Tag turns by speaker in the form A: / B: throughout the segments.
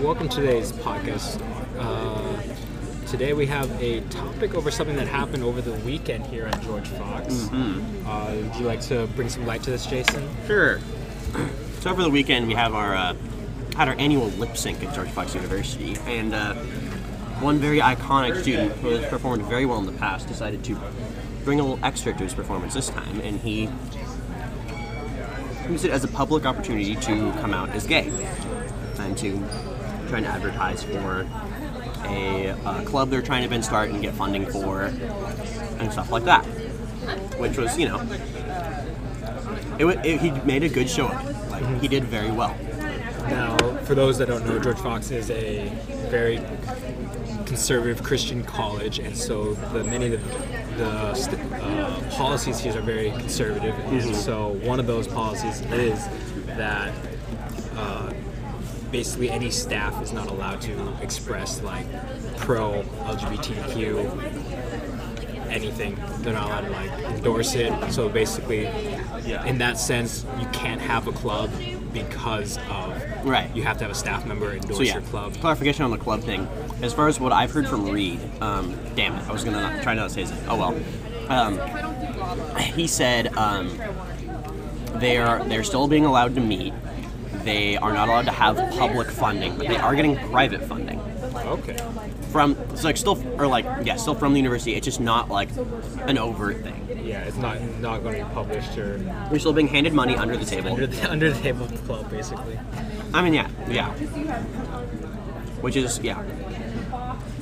A: welcome to today's podcast. Uh, today we have a topic over something that happened over the weekend here at George Fox. Uh, would you like to bring some light to this, Jason?
B: Sure. So over the weekend we have our uh, had our annual lip sync at George Fox University, and uh, one very iconic student who has performed very well in the past decided to bring a little extra to his performance this time, and he used it as a public opportunity to come out as gay and to try and advertise for a uh, club they're trying to then start and get funding for and stuff like that, which was you know it, wa- it, he made a good show of it. Like he did very well.
A: Now, for those that don't know, George Fox is a very conservative Christian college, and so the many of the, the st- uh, policies here are very conservative. And so one of those policies is that uh, basically any staff is not allowed to express like pro LGBTQ anything. They're not allowed to like endorse it. So basically, in that sense, you can't have a club because of
B: Right.
A: you have to have a staff member endorse
B: So yeah,
A: your club.
B: clarification on the club thing. As far as what I've heard from Reed, um, damn it, I was gonna not, try not to say his name. Oh well. Um, he said um, they are they're still being allowed to meet. They are not allowed to have public funding, but they are getting private funding.
A: Okay.
B: From it's like still or like yeah, still from the university. It's just not like an overt thing.
A: Yeah, it's not not going to be published or
B: They're still being handed money under the table.
A: under the under the table club, basically.
B: I mean, yeah, yeah. Which is, yeah.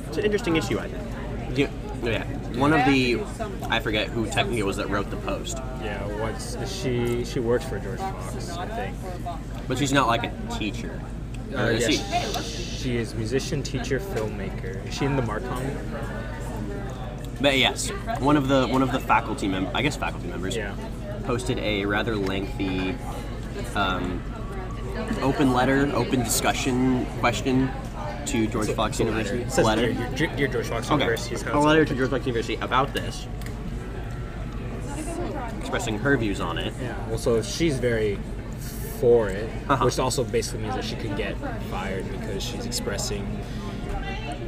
B: It's an interesting issue, I think. Yeah, yeah. One of the, I forget who technically it was that wrote the post,
A: Yeah, what's she? She works for George Fox, I think.
B: but she's not like a teacher.
A: Uh,
B: Or is
A: yeah,
B: she?
A: she, she is musician, teacher, filmmaker. Is she in the Marcom?
B: But yes, one of the one of the faculty mem- I guess faculty members,
A: Yeah.
B: posted a rather lengthy, um, open letter, open discussion question to George Fox University.
A: It says Dear, dear, dear George Fox University's
B: Okay. A letter to George Fox University about this, expressing her views on it.
A: Yeah. Well, so she's very for it,
B: Uh-huh.
A: which also basically means that she could get fired because she's expressing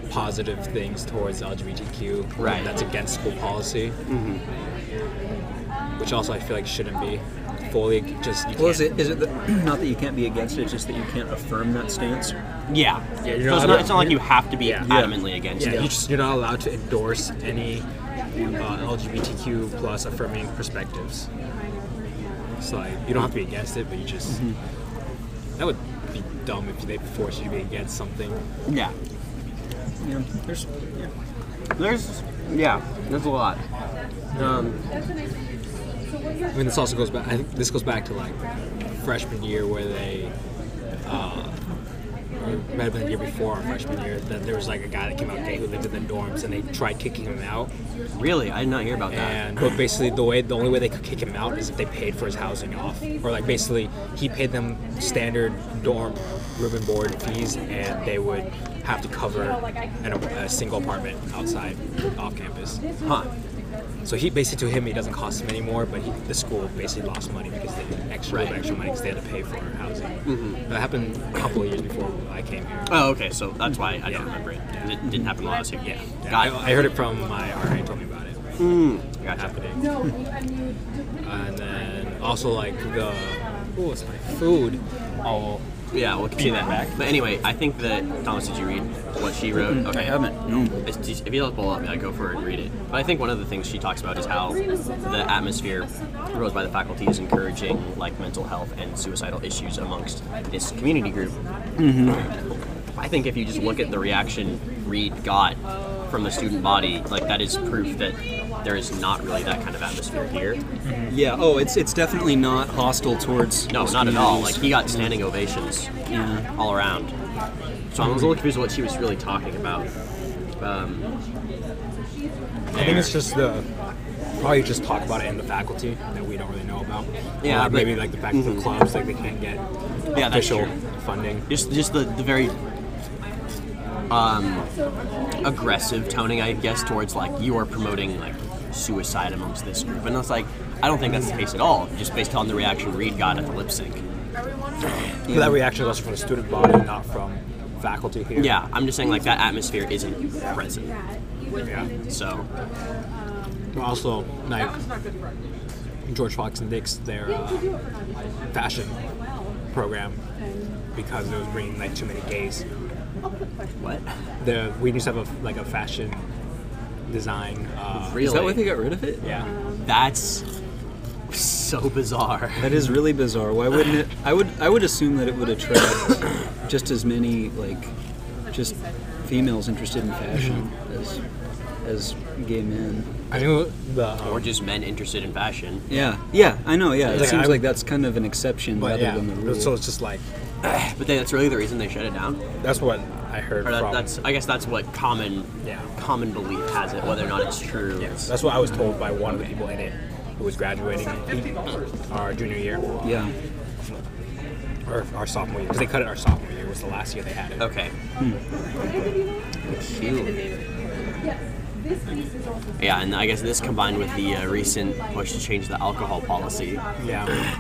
A: positive things towards LGBTQ.
B: Right.
A: That's against school policy. Mm-hmm. Which also I feel like shouldn't be fully just. You
C: Well, is
A: can't-
C: it, is it that, not that you can't be against it, it's just that you can't affirm that stance?
B: Yeah.
A: Yeah,
B: so
A: you're
B: it's,
A: not-
B: not, it's not like you have to be
A: Yeah.
B: adamantly against
A: Yeah,
B: it.
A: you just, you're not allowed to endorse any uh, LGBTQ plus affirming perspectives. So like, you don't have to be against it, but you just that would be dumb if they forced you to be against something.
B: Yeah.
C: Yeah. There's, yeah.
B: There's, yeah, there's a lot. Um,
A: I mean, this also goes back. I think this goes back to like freshman year where they, uh, or it might have been the year before our freshman year that there was like a guy that came out gay who lived in the dorms and they tried kicking him out.
B: really, I did not hear about that.
A: And but basically the way the only way they could kick him out is if they paid for his housing off, or like basically he paid them standard dorm room and board fees, and they would have to cover an, a single apartment outside off campus.
B: Huh.
A: So he basically to him he doesn't cost him anymore, but he, the school basically lost money because they extra
B: Right.
A: extra money because they had to pay for housing. That happened a couple of years before I came here.
B: Oh, okay, so that's why I
A: Yeah.
B: don't remember it. It didn't happen while I was here.
A: Yeah,
B: Got
A: I, I heard it from my RA told me about it.
B: it. Gotcha.
A: happening. and then also like the oh, it's my food. Oh,
B: Yeah, we'll see that back. But anyway, I think that, Thomas, did you read what she wrote?
C: I haven't. Mm. No.
B: It's just- if you look below me, I go for it and read it. But I think one of the things she talks about is how the atmosphere rose by the faculty is encouraging like mental health and suicidal issues amongst this community group.
C: Mm-hmm.
B: I think if you just look at the reaction Reed got from the student body, like that is proof that there is not really that kind of atmosphere here.
C: Yeah, oh, it's it's definitely not hostile towards.
B: No,
C: those
B: not at all. Like
C: communities.
B: he got standing ovations all around. So I was a little confused what she was really talking about. Um,
A: I think it's just the probably just talk about it in the faculty that we don't really know about.
B: Yeah,
A: Or, like,
B: but-
A: maybe like the faculty clubs like they can't get
B: Yeah, that's
A: official
B: true.
A: funding.
B: just just the, the very um, aggressive toning, I guess, towards like you are promoting like suicide amongst this group, and it's like I don't think that's the case at all. Just based on the reaction Reed got at the lip sync.
A: But that reaction was also from the student body, not from faculty here.
B: Yeah, I'm just saying like that atmosphere isn't present.
A: Yeah.
B: So
A: But also, like George Fox Nix, their uh, fashion program, because it was bringing like too many gays.
B: what?
A: The we used to have a, like a fashion design. Uh,
B: Really?
C: Is that why they got rid of it?
A: yeah.
B: That's so bizarre.
C: That is really bizarre. Why wouldn't it? I would I would assume that it would attract just as many like just females interested in fashion as as gay men.
A: I knew the um,
B: Or just men interested in fashion.
C: Yeah, yeah, I know. Yeah, it
A: Like,
C: seems
A: I-
C: like that's kind of an exception
A: but
C: rather
A: yeah.
C: than the rule.
A: So it's just like
B: But then that's really the reason they shut it down.
A: that's what I heard
B: Or that,
A: from.
B: that's I guess that's what common
A: Yeah.
B: common belief has it, whether or not it's true.
A: Yes, that's what I was told by one of the people in it who was graduating our junior year
C: yeah,
A: or our sophomore year because they cut it our sophomore year was the last year they had it.
B: Okay. Peculiar. Yeah, and I guess this combined with the uh, recent push to change the alcohol policy.
A: Yeah.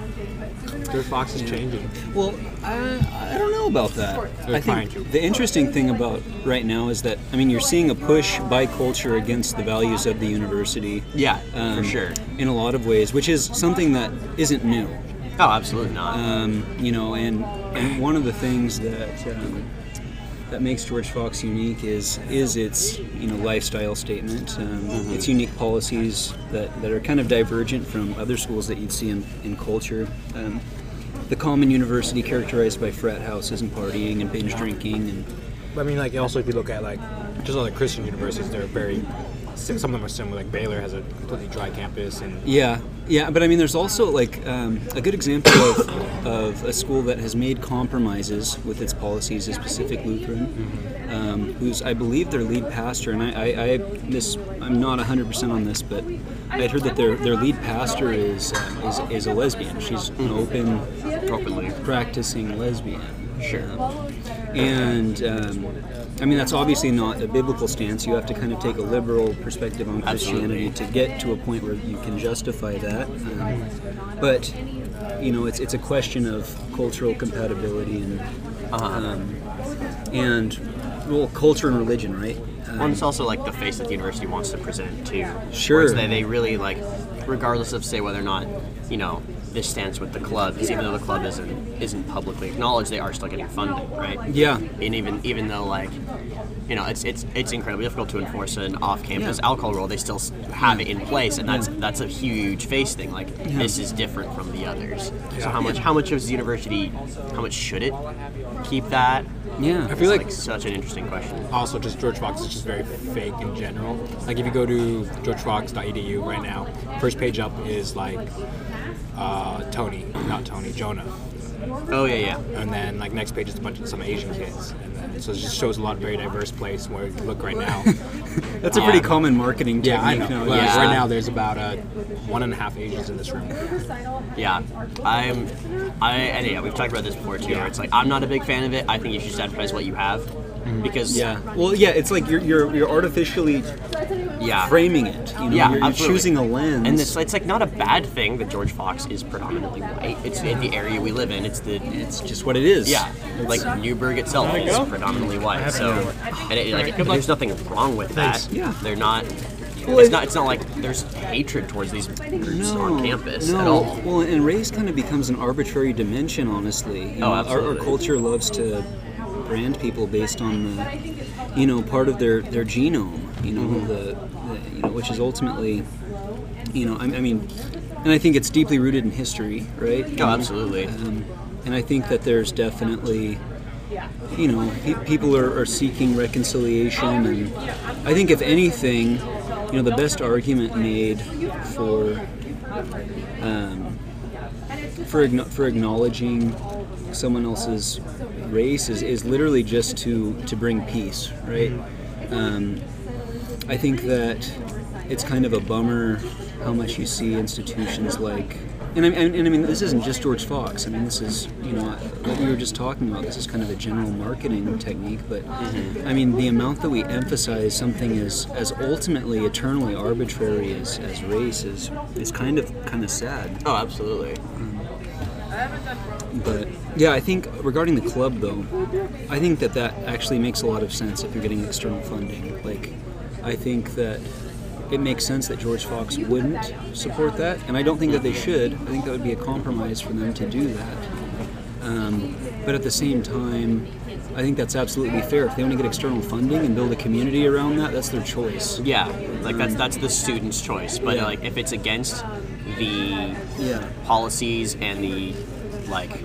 A: George Fox is changing.
C: Well, I, I don't know about that.
A: They're
C: I
A: trying
C: think
A: to.
C: the interesting thing about right now is that I mean you're seeing a push by culture against the values of the university.
B: Yeah,
C: um,
B: for sure.
C: In a lot of ways, which is something that isn't new.
B: Oh, absolutely not.
C: Um, you know, and and one of the things that um, that makes George Fox unique is is its you know lifestyle statement, um, its unique policies that, that are kind of divergent from other schools that you'd see in, in culture. Um, the common university characterized by frat houses and partying and binge drinking and
A: But I mean, like also if you look at like just all the Christian universities, they're very some of them are similar. Like Baylor has a completely dry campus, and
C: Yeah, yeah, but I mean, there's also like um, a good example of, of a school that has made compromises with its policies is Pacific Lutheran, um, who's I believe their lead pastor, and I, I, I this I'm not 100 percent on this, but I'd heard that their their lead pastor is um, is, is a lesbian. She's an open
B: Openly.
C: practicing lesbian. Um, Sure. and um, I mean, that's obviously not a biblical stance. You have to kind of take a liberal perspective on Christianity
B: Absolutely.
C: to get to a point where you can justify that. Um, but you know, it's it's a question of cultural compatibility and um, and well, culture and religion, right? Uh,
B: Well, and it's also like the face that the university wants to present too.
C: Sure.
B: Whereas they, they really like, regardless of say whether or not you know this stands with the club, 'cause even though the club isn't isn't publicly acknowledged, they are still getting funding, right?
C: Yeah.
B: And even even though like, you know, it's it's it's incredibly difficult to enforce an off-campus alcohol rule, they still s- have it in place, and that's that's a huge face thing. Like this is different from the others. So how much how much of the university, how much should it keep that?
C: Yeah.
A: feel
B: It's,
A: like-
B: such an interesting question.
A: also just George Fox is just very fake in general. Like if you go to georgefox.edu right now, first page up is like uh, Tony, not Tony, Jonah,
B: Oh yeah yeah.
A: and then like next page is a bunch of some Asian kids, and then so it just shows a lot of very diverse place where you look right now.
C: That's a pretty
B: Yeah.
C: common marketing
A: yeah, I know.
C: technique.
A: Like,
C: nowadays.
B: Yeah.
A: Right now there's about uh, one and a half Asians in this room.
B: Yeah, I'm. I and yeah, we've talked about this before too. Where it's like I'm not a big fan of it. I think you should just advertise what you have, because
C: Yeah. Well, yeah, it's like you're you're, you're artificially
B: yeah,
C: framing it. You know,
B: yeah,
C: you're, you're
B: absolutely.
C: choosing a lens.
B: And it's, it's like not a bad thing that George Fox is predominantly white. It's in the area we live in. It's the
C: it's just what it is.
B: yeah, like Newburgh itself is predominantly white. So and it, like there's nothing wrong with that.
C: Yeah.
B: they're not.
C: Well,
B: it's
C: it-
B: not. It's not like there's hatred towards these groups
C: no,
B: on campus
C: no.
B: at all.
C: Well, and race kind of becomes an arbitrary dimension, honestly. You know, our, our
B: Oh, absolutely.
C: culture loves to brand people based on the, you know, part of their their genome. You know,
B: Mm-hmm.
C: the, the you know, which is ultimately, you know, I, I mean, and I think it's deeply rooted in history, right?
B: No, absolutely.
C: Um, and I think that there's definitely, you know, pe- people are, are seeking reconciliation. And I think, if anything, you know, the best argument made for um, for agno- for acknowledging someone else's race is, is literally just to to bring peace, right? Um, I think that it's kind of a bummer how much you see institutions like, and I, and, and I mean, this isn't just George Fox. I mean, this is you know what we were just talking about. This is kind of a general marketing technique, but I mean, the amount that we emphasize something as as ultimately eternally arbitrary as, as race is is kind of kind of sad.
B: Oh, absolutely.
C: But yeah, I think regarding the club though, I think that that actually makes a lot of sense if you're getting external funding. Like, I think that it makes sense that George Fox wouldn't support that, and I don't think that they should. I think that would be a compromise for them to do that. Um, but at the same time, I think that's absolutely fair. If they want to get external funding and build a community around that, that's their choice.
B: Yeah, like that's that's the student's choice. But like if it's against the
C: Yeah.
B: policies and the like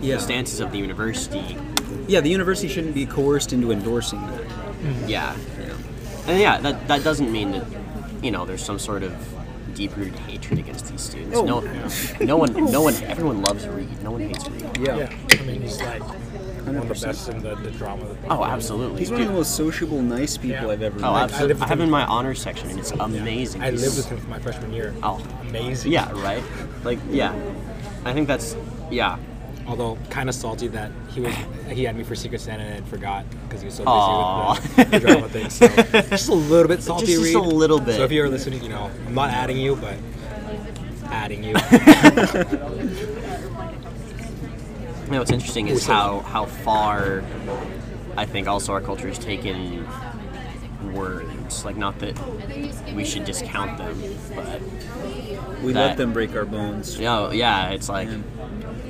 C: Yeah.
B: stances of the university,
C: Yeah, the university shouldn't be coerced into endorsing that.
B: yeah, and yeah, that that doesn't mean that you know there's some sort of deep-rooted hatred against these students.
A: Oh.
B: No, no one, no one, everyone loves Reed. No one hates Reed.
C: Yeah.
A: Yeah, I mean, he's like one of the best in the, the drama.
B: Oh, absolutely.
C: He's one of
B: dude.
C: the most sociable, nice people
A: Yeah.
C: I've ever
B: Oh,
C: met.
B: absolutely.
A: lived
B: I have
A: with
B: him in
A: him.
B: my honors section, and it's Oh, amazing.
A: I
B: He's-
A: lived with him for my freshman year.
B: Oh.
A: amazing.
B: Yeah, right. Like, yeah. I think that's yeah.
A: Although kind of salty that he was he had me for Secret Santa and forgot because he was so busy
B: Aw.
A: with the, the drama thing. So just a little bit salty.
B: Just- just
A: Reed.
B: a little bit.
A: So if you're listening, you know I'm not adding you, but adding you.
B: You know, what's interesting is
A: Ooh, sorry.
B: how how far I think also our culture has taken words. Like, not that we should discount them, but
C: we
B: that-
C: let them break our bones.
B: you know, yeah, it's like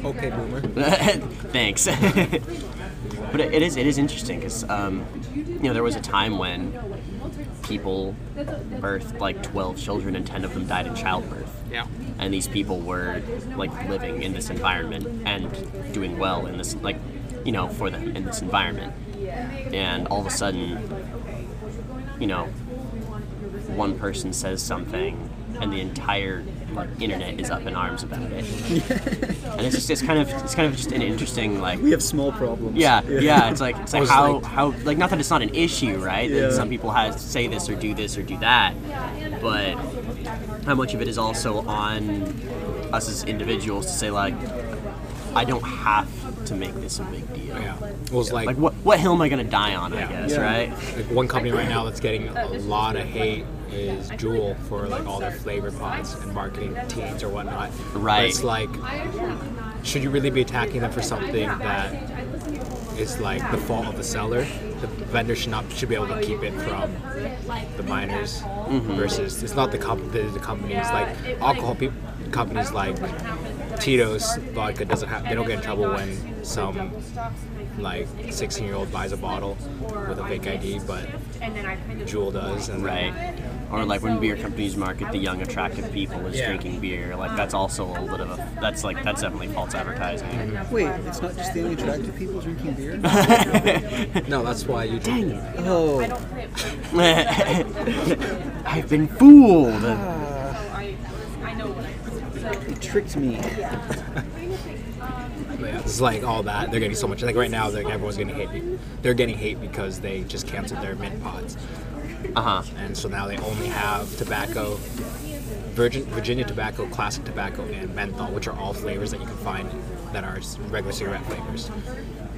A: okay, boomer.
B: Thanks. but it it is it is interesting because um, you know there was a time when people birthed like twelve children and ten of them died in childbirth,
A: Yeah.
B: and these people were like living in this environment and doing well in this like you know for them in this environment, and all of a sudden, you know, one person says something and the entire like internet is up in arms about it and it's just it's kind of it's kind of just an interesting like
C: We have small problems.
B: yeah yeah it's like it's
A: I
B: like
A: was
B: how
A: like-
B: how like not that it's not an issue right
C: Yeah.
B: that some people have say this or do this or do that but how much of it is also on us as individuals to say like I don't have to make this a big deal
A: Yeah. It was like
B: like what what hill am I gonna die on I
A: Yeah.
B: guess
C: Yeah.
B: right
A: Like one company right now that's getting a lot of hate is Jewel for like all their flavor pods and marketing teams or whatnot. But
B: Right.
A: it's like, should you really be attacking them for something that is like the fault of the seller? The vendor should not should be able to keep it from the minors. Versus, it's not the comp- the, the companies like alcohol peop companies like Tito's vodka doesn't have they don't get in trouble when some like 16 year old buys a bottle with a fake ID, but Jewel does. And
B: right or like when beer companies market the young attractive people as
A: Yeah.
B: drinking beer like that's also a little bit of a that's like that's definitely false advertising
C: Wait, it's not just the only attractive people drinking beer?
A: No, that's why you dang it.
C: oh.
B: I've been fooled.
C: You tricked me.
A: Yeah, it's like all that. They're getting so much. Like right now, like everyone's getting hate. They're getting hate because they just canceled their mint pods,
B: Uh huh.
A: and so now they only have tobacco, Virgin Virginia tobacco, classic tobacco, and menthol, which are all flavors that you can find that are s- regular cigarette flavors.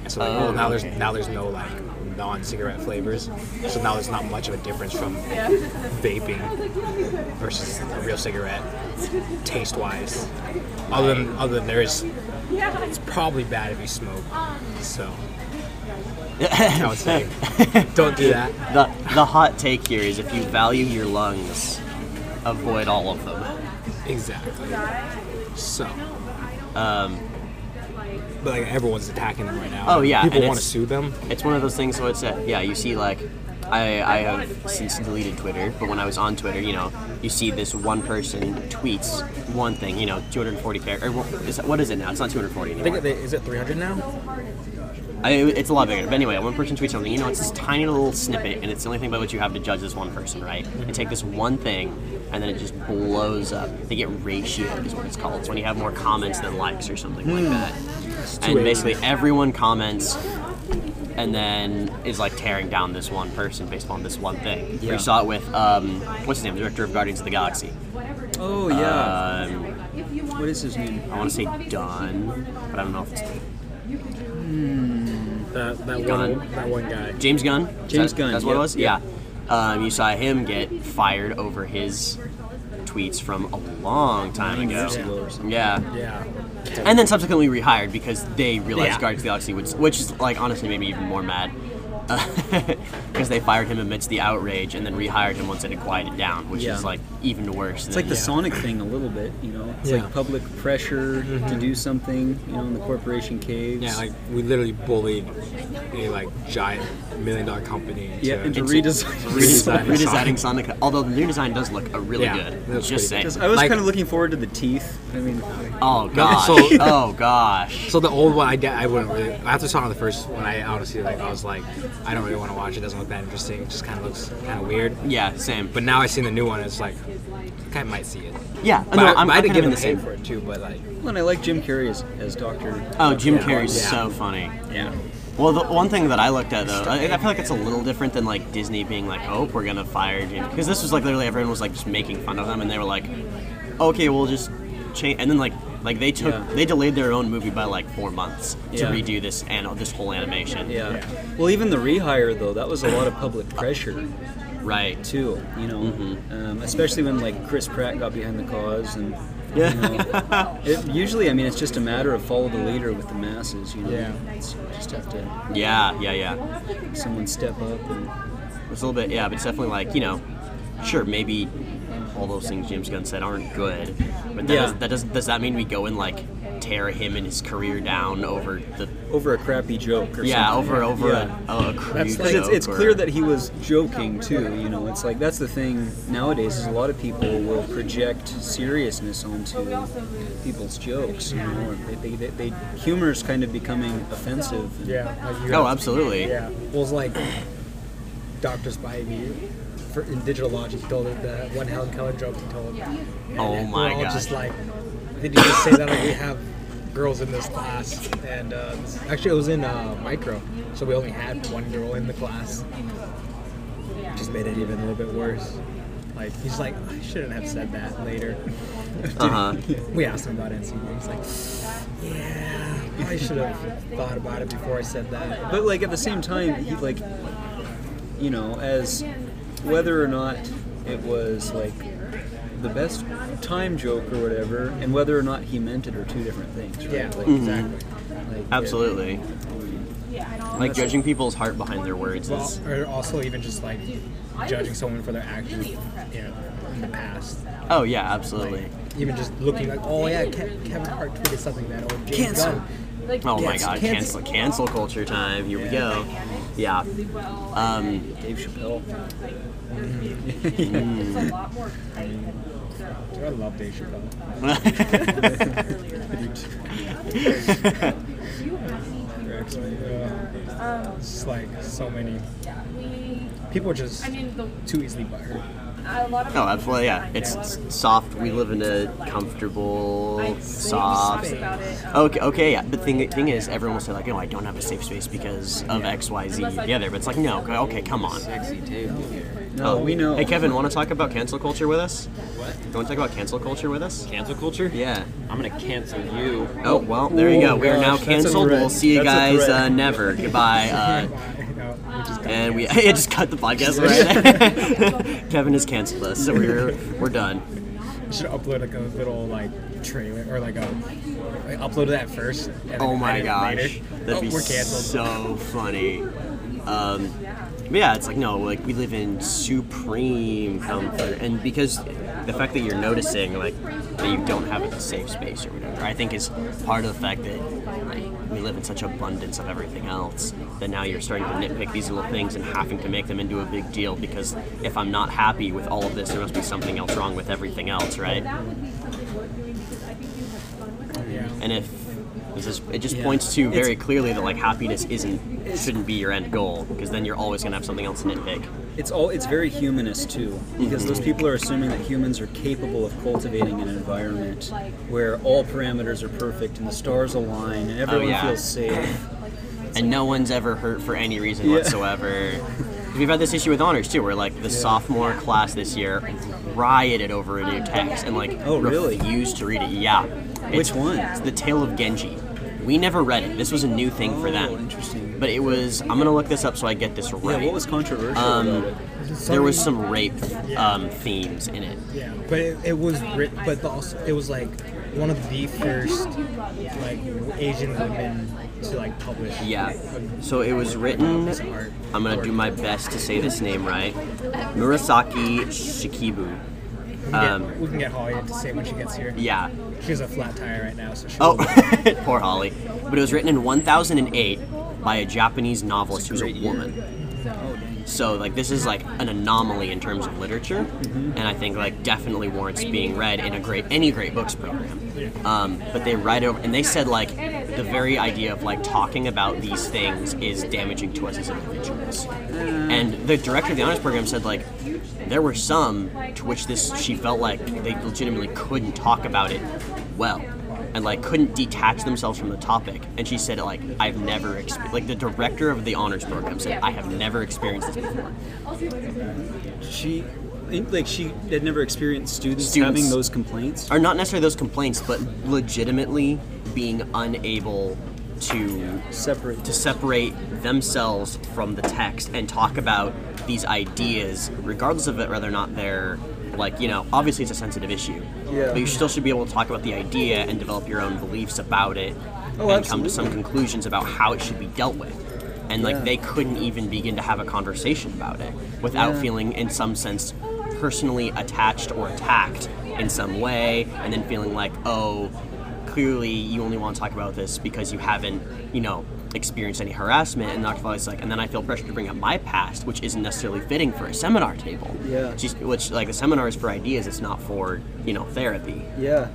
A: And so like, oh, now there's now there's no like non-cigarette flavors. So now there's not much of a difference from vaping versus a real cigarette, taste-wise. Other than other than there is it's probably bad if you smoke. So I would say don't do that.
B: The the hot take here is if you value your lungs, avoid all of them.
A: Exactly. So um but like everyone's attacking them right now.
B: Oh, yeah,
A: people
B: and
A: want to
B: it's-
A: sue them.
B: It's one of those things. So it's a, yeah. You see, like, I I have since deleted Twitter, but when I was on Twitter, you know, you see this one person tweets one thing. You know, 240 characters. Or what is, that- what is it now? It's not 240 anymore.
A: is it 300 now?
B: I, it's a lot bigger. But anyway, one person tweets something. You know, it's this tiny little snippet, and it's the only thing by which you have to judge this one person, right? And take this one thing, and then it just blows up. They get ratioed, is what it's called. It's when you have more comments than likes or something like that. And basically, everyone comments, and then is like tearing down this one person based on this one thing. We saw it with um, what's his name, the director of Guardians of the Galaxy.
C: Oh, yeah.
B: Um,
C: what is his name?
B: I want to say Don, but I don't know if it's
A: That, that
B: Gone.
A: one that one guy.
B: James Gunn. Is
C: James
B: that-
C: Gunn,
B: That's what it
C: yep,
B: was. Yeah. Um, you saw him get fired over his tweets from a long time ago.
C: years ago or something.
B: Yeah.
A: Yeah. Kevin.
B: and then subsequently rehired because they realized
A: Yeah.
B: Guardians of the Galaxy would, which is like honestly made me even more mad because they fired him amidst the outrage and then rehired him once it had quieted down, which
C: Yeah.
B: is like even worse.
C: It's like the Sonic thing a little bit, you know. It's
A: Yeah.
C: like public pressure to do something, you know, in the corporation caves.
A: yeah, like we literally bullied a like giant million dollar company.
C: yeah,
A: to,
C: and to
B: it's-
C: redesign.
A: redesign.
B: redesigning Sonic. Although the new design does look uh, really
A: Yeah, it
B: good.
A: looks
B: Just
A: pretty
B: saying.
A: good.
C: I was
A: Like-
C: kind of looking forward to the teeth. I mean,
B: Oh gosh.
A: so-
B: oh gosh.
A: So the old one, I, de- I wouldn't really. After saw the first one, I honestly like. I was like, I don't really want to watch it. Doesn't look that interesting. It just kind of looks kind of weird.
B: Yeah, same.
A: But now I seen the new one. It's like, I think I might see it.
B: yeah,
A: But
B: no,
A: I,
B: I'm,
A: but I
B: I'm
A: didn't
B: kind
A: give
B: of in
A: him
B: the same.
A: for it too. But like,
C: and I like Jim Carrey as, as Doctor.
B: Oh, Jim
A: Yeah.
B: Carrey's
A: Yeah.
B: so funny.
C: Yeah.
B: Well, the one thing that I looked at though, I, I feel like it's a little different than like Disney being like, "Oh, we're gonna fire Jim," because this was like literally everyone was like just making fun of them, and they were like, "Okay, we'll just change," and then like like they took
C: Yeah.
B: they delayed their own movie by like four months to
C: Yeah.
B: redo this and this whole animation.
C: yeah, Well, even the rehire though, that was a lot of public pressure
B: Right.
C: too. You know,
B: Mm-hmm.
C: um, especially when like Chris Pratt got behind the cause and.
B: Yeah.
C: You know, it, usually, I mean, it's just a matter of follow the leader with the masses. You know,
A: Yeah.
C: It's- you just have to
B: Yeah, yeah, yeah.
C: someone step up and
B: It's a little bit yeah, but it's definitely like you know, sure maybe all those things James Gunn said aren't good, but that
C: Yeah.
B: does, that does does that mean we go and like tear him and his career down over the
C: over a crappy joke or
B: yeah
C: something.
B: over over
C: Yeah.
B: a, a, a crude
C: That's like, it's,
B: joke
C: it's
B: or-
C: clear that he was joking too. You know, it's like that's the thing nowadays is a lot of people will project seriousness onto people's jokes. You know, or they, they, they, they humor is kind of becoming offensive. and-
A: Like
B: oh absolutely
D: Yeah. Well, it's like Dr. Spivey for, in digital logic told it the one Helen Keller joke he told.
B: oh my
D: We're all
B: gosh
D: just like, did you just say that? Like, we have girls in this class. And uh, this- actually, it was in uh, micro. So we only had one girl in the class. Just made it even a little bit worse. Like, he's like, I shouldn't have said that later.
B: uh-huh
D: We asked him about NCU. He's like, yeah, I should have thought about it before I said that.
C: But like at the same time, he like, you know, as whether or not it was like the best time joke or whatever, and whether or not he meant it are two different things. Right?
D: Yeah,
C: Like,
D: exactly.
C: like,
B: Mm-hmm. absolutely like judging people's heart behind their words
D: Well,
B: is
D: or also even just like judging someone for their actions, you know, in the past.
B: oh yeah absolutely
D: Even just looking like, oh yeah, Ke- Kevin Hart tweeted something that or James
C: Cancel.
D: Gunn.
B: oh my
D: Yes,
B: god cancel
D: cancel.
B: cancel culture time here we go yeah um
C: Dave Chappelle.
D: Dude, I love Dave Chappelle. Correct. Yeah. uh, It's just like so many people are just too easily butthurt.
B: Oh, absolutely, yeah. It's s- soft. We live in a comfortable, soft. Oh.
D: Um,
B: Okay, okay, yeah. The thing, thing is, everyone will say like, "Oh, I don't have a safe space because of X, Y, Z, the other." But it's like, no, okay, okay, come on.
C: No, Oh, we know.
B: Hey, Kevin, want to talk about cancel culture with us? What? You want to talk about cancel culture with us?
A: cancel culture.
B: Yeah.
E: I'm gonna cancel you.
B: Oh well, there you go.
C: Oh,
B: We are now
C: gosh, that's a
B: canceled.
C: threat.
B: We'll see you
C: That's a
B: guys
C: threat.
B: uh, never. Goodbye. Uh,
D: You know, which is kind
B: and we yeah, just cut the podcast right. Kevin has canceled us, so we're we're done.
D: of, should upload like a little like trailer or like a like, upload that first. And then
B: Oh my
D: edit it
B: gosh,
D: later.
B: that'd
D: oh,
B: be
D: we're canceled.
B: so funny. Um, but yeah, it's like no, like we live in supreme comfort, and because the fact that you're noticing like that you don't have a safe space or whatever, I think is part of the fact that like, we live in such abundance of everything else that now you're starting to nitpick these little things and having to make them into a big deal because if I'm not happy with all of this, there must be something else wrong with everything else, right?
D: yeah.
B: and if this is, it just
C: Yeah.
B: points to very
C: It's-
B: clearly that like happiness isn't shouldn't be your end goal because then you're always gonna have something else to nitpick.
C: It's all it's very humanist too, because
B: Mm-hmm.
C: those people are assuming that humans are capable of cultivating an environment where all parameters are perfect and the stars align and everyone
B: yeah.
C: feels safe.
B: and no one's ever hurt for any reason
C: Yeah.
B: whatsoever. We've had this issue with honors too, where like the sophomore class this year rioted over a new text and like
C: Oh, really?
B: refused to read it. Yeah,
C: Which one?
B: It's the Tale of Genji. We never read it. This was a new thing for them.
C: Oh, interesting.
B: But it was. I'm gonna look this up so I get this right. Um,
C: Yeah, what was controversial about it?
B: there was some rape um, themes in it.
D: Yeah, but it, it was written, but the, also it was like one of the first like Asian women to like publish.
B: Yeah. So it was written.
D: art.
B: I'm gonna do my best to say this name right. Murasaki Shikibu.
D: We can,
B: um,
D: get, we can get Holly to say when she gets here.
B: Yeah.
D: She has a flat tire right now, so she
B: Oh, poor Holly. But it was written in 1008 by a Japanese novelist who's a woman. So like this is like an anomaly in terms of literature, and I think like definitely warrants being read in a great any great books program. Um, but they write over and they said like the very idea of like talking about these things is damaging to us as individuals. And the director of the honors program said like there were some to which this she felt like they legitimately couldn't talk about it well and like couldn't detach themselves from the topic. And she said like I've never experienced like the director of the honors program said I have never experienced this before.
C: She, like, she had never experienced students,
B: Students.
C: having those complaints.
B: Or not necessarily those complaints, but legitimately being unable to
C: Separate.
B: to separate themselves from the text and talk about these ideas, regardless of it, whether or not they're like you know, obviously it's a sensitive issue,
D: Yeah.
B: but you still should be able to talk about the idea and develop your own beliefs about it,
D: Oh,
B: and come to
D: absolutely.
B: some conclusions about how it should be dealt with. And like
C: Yeah.
B: they couldn't even begin to have a conversation about it without
C: Yeah.
B: feeling, in some sense, personally attached or attacked in some way, and then feeling like, oh, clearly you only want to talk about this because you haven't, you know, experienced any harassment. And Dr. Foley's like, and then I feel pressure to bring up my past, which isn't necessarily fitting for a seminar table.
C: Yeah.
B: Just, which like the seminar is for ideas, it's not for you know therapy.
C: Yeah.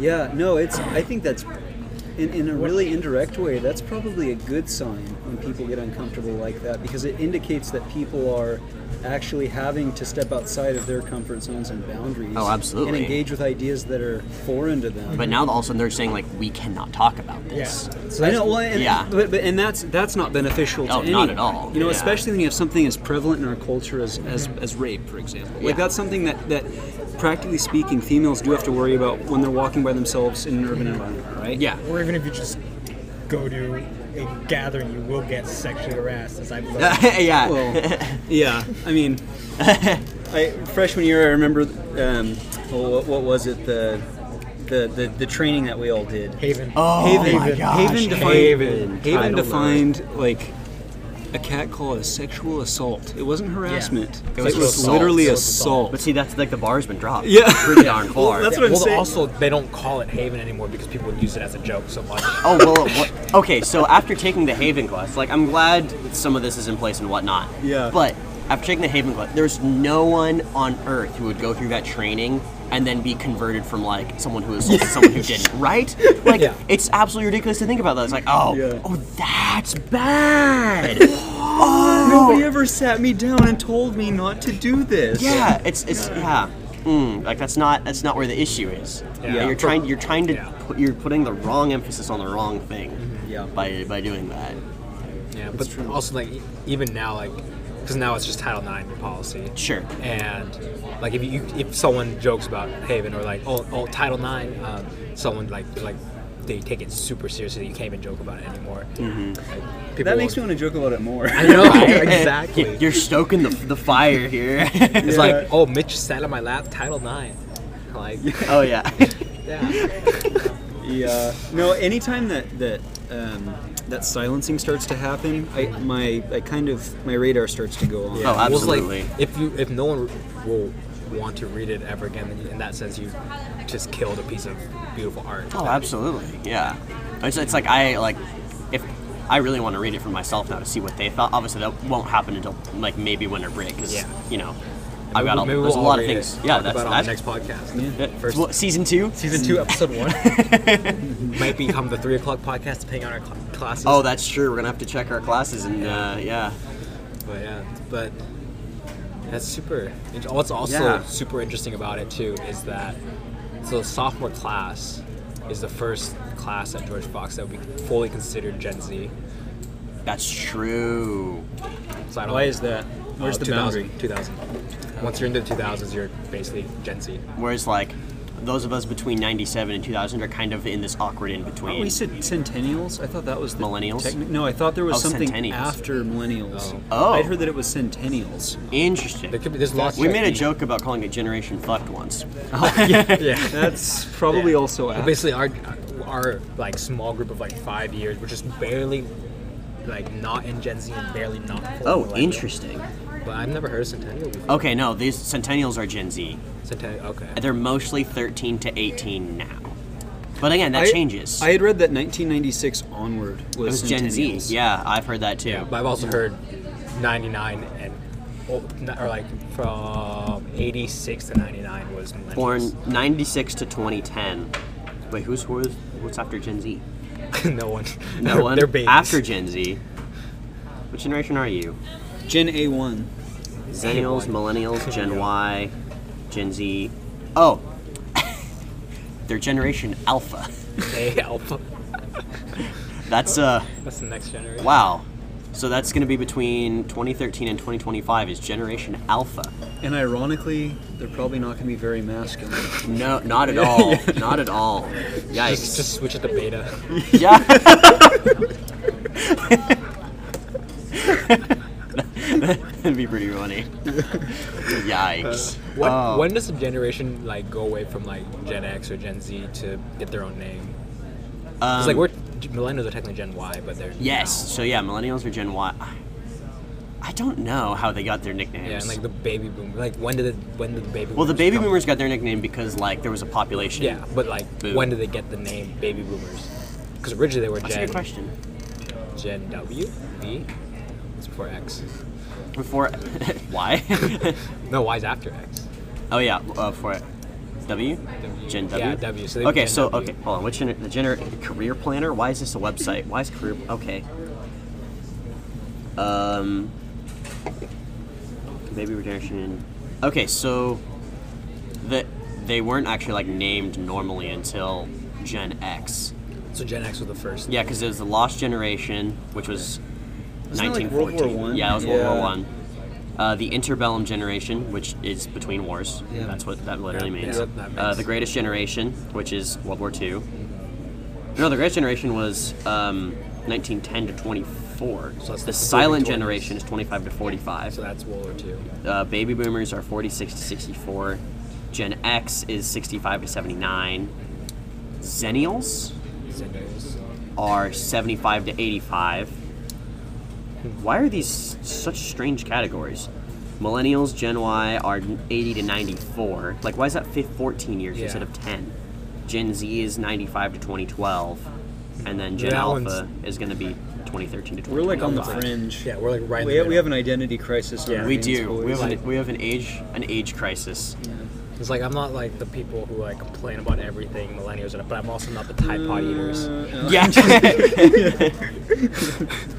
C: Yeah, no, it's I think that's in, in a really indirect way, that's probably a good sign when people get uncomfortable like that because it indicates that people are actually having to step outside of their comfort zones and boundaries.
B: Oh, absolutely.
C: And engage with ideas that are foreign to them.
B: But now all of a sudden they're saying like we cannot talk about
D: Yeah.
B: this.
D: So
C: I
D: that's-
C: know, well, and,
B: Yeah.
C: but, but and that's that's not beneficial to
B: Oh,
C: anyone.
B: not at all.
C: You know,
B: Yeah.
C: especially when you have something as prevalent in our culture as as, as rape, for example. Like
B: Yeah.
C: that's something that that practically speaking, females do have to worry about when they're walking by themselves in an urban environment, right?
B: Yeah.
D: Or even if you just go to a gathering, you will get sexually harassed, as I've learned.
B: yeah.
C: Well, yeah. I mean, I, freshman year, I remember. Um, well, what, what was it? The, the the the training that we all did.
D: Haven.
B: Oh
C: Haven,
B: my gosh.
C: Haven defined,
A: Haven.
C: Haven,
A: I don't know.
C: defined like a cat call as sexual assault. It wasn't harassment.
B: It was assault.
C: literally
B: It
D: was
C: assault.
B: But see, that's like the bar's been dropped.
C: Yeah.
B: Pretty darn far.
C: that's what I'm
A: well,
C: saying.
A: also they don't call it Haven anymore because people use it as a joke so much.
B: oh well. What, okay, so after taking the Haven class, like I'm glad some of this is in place and whatnot.
C: Yeah.
B: But after taking the Haven class, there's no one on earth who would go through that training and then be converted from like someone who assaulted someone who didn't, right? Like
A: Yeah.
B: it's absolutely ridiculous to think about that. It's like, oh,
C: Yeah.
B: oh, that's bad. oh,
C: Nobody ever sat me down and told me not to do this.
B: Yeah, it's it's yeah. Mm, like that's not that's not where the issue is.
A: Yeah.
B: You're trying you're trying to
A: Yeah.
B: put, you're putting the wrong emphasis on the wrong thing.
C: Yeah.
B: By by doing that.
A: Yeah, but also like e- even now, like because now it's just Title IX policy.
B: Sure.
A: And like if you if someone jokes about Haven or like oh, oh Title IX, um, someone like like they take it super seriously. You can't even joke about it anymore. Like, people
C: Mm-hmm. That makes me
A: will-
C: want to joke about it more.
A: I know
B: Right?
A: exactly.
B: You're stoking the, the fire here.
A: It's
C: Yeah.
A: like oh Mitch sat on my lap. Title IX. Like
B: oh yeah.
A: yeah.
C: Yeah. No. Anytime that that um, that silencing starts to happen, I my I kind of my radar starts to go on.
B: Oh,
A: Well, it's
B: absolutely.
A: like if you if no one will want to read it ever again, then you- in that sense, you just killed a piece of beautiful art.
B: Oh, absolutely. Yeah. It's, it's like I like if I really want to read it for myself now to see what they thought. Obviously, that won't happen until like maybe winter break because
A: Yeah.
B: you know I've
A: Maybe
B: got a,
A: we'll
B: there's a
A: all
B: lot of
A: read it,
B: things. Yeah,
A: talk
B: that's
A: about it on
B: that's
A: the next podcast.
B: that-
A: first-
B: well, season two.
A: Season two, episode one might become the three o'clock podcast, depending on our cl- classes.
B: Oh, that's true. We're gonna have to check our classes and uh, yeah.
A: but yeah, but that's super. int- What's also
B: Yeah.
A: super interesting about it too is that so the sophomore class is the first class at George Fox that we fully considered Gen Z.
B: That's true.
A: So I don't-
C: Why is that? Where's
A: uh,
C: the
A: 2000,
C: boundary?
A: 2000. Once you're into the 2000s, you're basically Gen Z.
B: Whereas like those of us between 97 and 2000 are kind of in this awkward in between.
C: Aren't Oh, we said centennials? I thought that was the
B: Millennials?
C: techni- no, I thought there was
B: Oh,
C: something
B: centennials.
C: after millennials.
B: Oh.
C: I'd heard that it was centennials.
B: Interesting.
A: There could be, there's lots.
B: we
A: of-
B: made a joke about calling it Generation Fucked once.
A: Yeah.
C: That's probably also
A: But
C: after.
A: basically, our our like small group of like five years, we're just barely like not in Gen Z and barely not. full
B: Oh,
A: millennial.
B: interesting.
A: But I've never heard of Centennial before.
B: Okay, no, these Centennials are Gen Z.
A: Centennial. Okay.
B: They're mostly 13 to 18 now. But again, that
C: I-
B: changes.
C: I had read that 1996 onward
B: it was
C: was,
B: Gen Z.
C: centennials.
B: Yeah, I've heard that too.
A: Yeah, but I've also heard 99 and oh, n- or like from 86 to 99 was millennials.
B: Born 96 to 2010. Wait, who's who is, what's after Gen Z?
A: no one.
B: No
A: They're-
B: one.
A: They're babies.
B: After Gen Z. What generation are you?
C: Gen A1.
B: Zennials, Millennials, Gen Y, Gen Z. Oh, they're Generation Alpha.
A: They help.
B: That's uh,
A: That's the next generation.
B: wow. So that's going to be between 2013 and 2025 is Generation Alpha.
C: And ironically, they're probably not going to be very masculine.
B: No, not at all. Not at all. Yikes.
A: Just, just switch it to beta.
B: Yeah. That'd be pretty funny. Yikes.
A: What,
B: Oh.
A: When does a generation like go away from like Gen X or Gen Z to get their own name? It's like we're millennials are technically Gen Y, but they're
B: Um, Yes. So yeah, millennials or Gen Y. I- I don't know how they got their nicknames.
A: Yeah, and like the baby boom. Like when did the when did the baby?
B: well, the
A: boomers
B: baby
A: come?
B: boomers got their nickname because like there was a population.
A: Yeah, but like
B: Boom.
A: when did they get the name baby boomers? Because originally they were
B: That's a
A: Gen
B: good question.
A: Gen W V. It's before X.
B: Before why?
A: No, Y's after X.
B: oh yeah, uh, for W. Gen W.
A: Yeah, W, so they were
B: okay,
A: Gen
B: so
A: W.
B: okay, hold on. Which gener- the gener- career planner? Why is this a website? Why is career? Okay. Um. Baby rejection. Okay, so that they weren't actually like named normally until Gen X.
A: So Gen X was the first.
B: Yeah, because it was the Lost Generation, which was
C: Wasn't that, like,
B: 1914.
C: World War One?
B: Yeah, it was World War
C: Yeah.
B: One. Uh, the interbellum generation, which is between wars.
C: Yeah.
B: That's what that literally
A: Yeah,
B: means.
A: yeah, that
B: Uh,
A: makes-
B: the greatest generation, which is World War Two. No, the greatest generation was um, 1910 to 24.
A: So that's
B: the
A: the
B: silent
A: 40s.
B: generation is 25 to 45.
A: So that's World War Two.
B: Uh, baby boomers are 46 to 64. Gen X is 65 to 79. Zennials
A: Zennials.
B: are 75 to 85. Why are these such strange categories? Millennials, Gen Y are 80 to 94. Like, why is that fif- 14 years
A: Yeah.
B: instead of 10? Gen Z is 95 to 2012. And then Gen
A: That
B: Alpha
A: one's-
B: is going to be 2013 to 2012.
C: We're like on the fringe.
A: Yeah, we're like right. in
C: We,
A: the
C: we
A: middle.
C: have an identity crisis. on
A: Yeah.
C: our
B: We
C: hands,
B: do.
C: boys.
B: We have, an, we have an age an age crisis.
A: It's like I'm not like the people who like complain about everything millennials, are, but I'm also not the Tide Pod eaters.
C: Uh,
B: Yeah.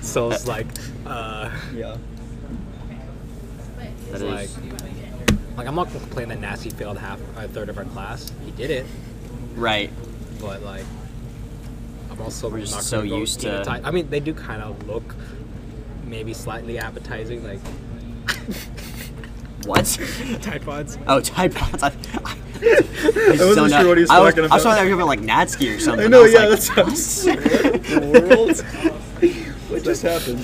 A: So it's like, uh,
C: yeah.
B: That
A: like,
B: is-
A: like I'm not gonna complain that Nasty failed half a third of our class. He did it,
B: right.
A: but like, I'm also
B: We're just
A: not
B: so
A: gonna go
B: used
A: eat a
B: to-
A: Tide- I mean, they do kind of look maybe slightly appetizing, like
B: What?
A: Tide Pods.
B: Oh, Tide Pods. I, I, I, was
C: wasn't
B: so
C: sure what he was
B: I
C: talking
B: I was
C: about.
B: talking about like Natsuki or something.
C: I know.
B: was
C: Yeah,
B: like,
C: that sounds. world. what just happened?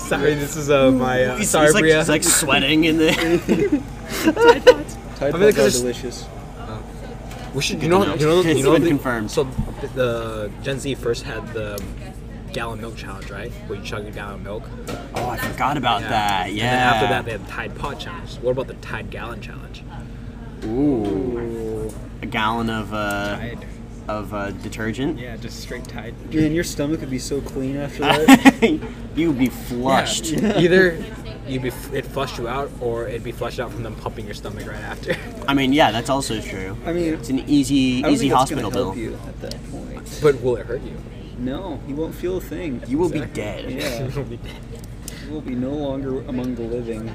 A: Sorry, this is uh, my uh,
B: He's,
A: sorry,
B: he's like,
A: Bria.
B: he's like sweating in the.
C: Tide
A: I mean,
C: Pods
A: like,
C: are
A: it's-
C: delicious.
A: We should. You
B: Good
A: know.
B: to know.
A: You know.
B: It's
A: You know
B: been
A: the-
B: confirmed.
A: So th- the Gen Z first had the gallon milk challenge, right? Where you chug a gallon of milk.
B: Oh, I forgot about that.
A: And
B: Yeah.
A: then after that, they had the Tide Pod challenge. What about the Tide gallon challenge?
B: Ooh. A gallon of uh,
D: Tide.
B: of uh, detergent.
D: Yeah, just straight tide.
C: Man, your stomach would be so clean after that.
B: You'd be flushed.
A: Either you'd be f- it flushed you out, or it'd be flushed out from them pumping your stomach right after.
B: I mean, yeah, that's also true.
C: I mean,
B: It's an easy,
C: I don't
B: easy
C: think that's gonna
B: hospital bill.
C: help you at that point.
A: But will it hurt you?
C: No, you won't feel a thing.
B: You will be dead.
C: Yeah,
A: You'll be dead.
C: you will be no longer among the living.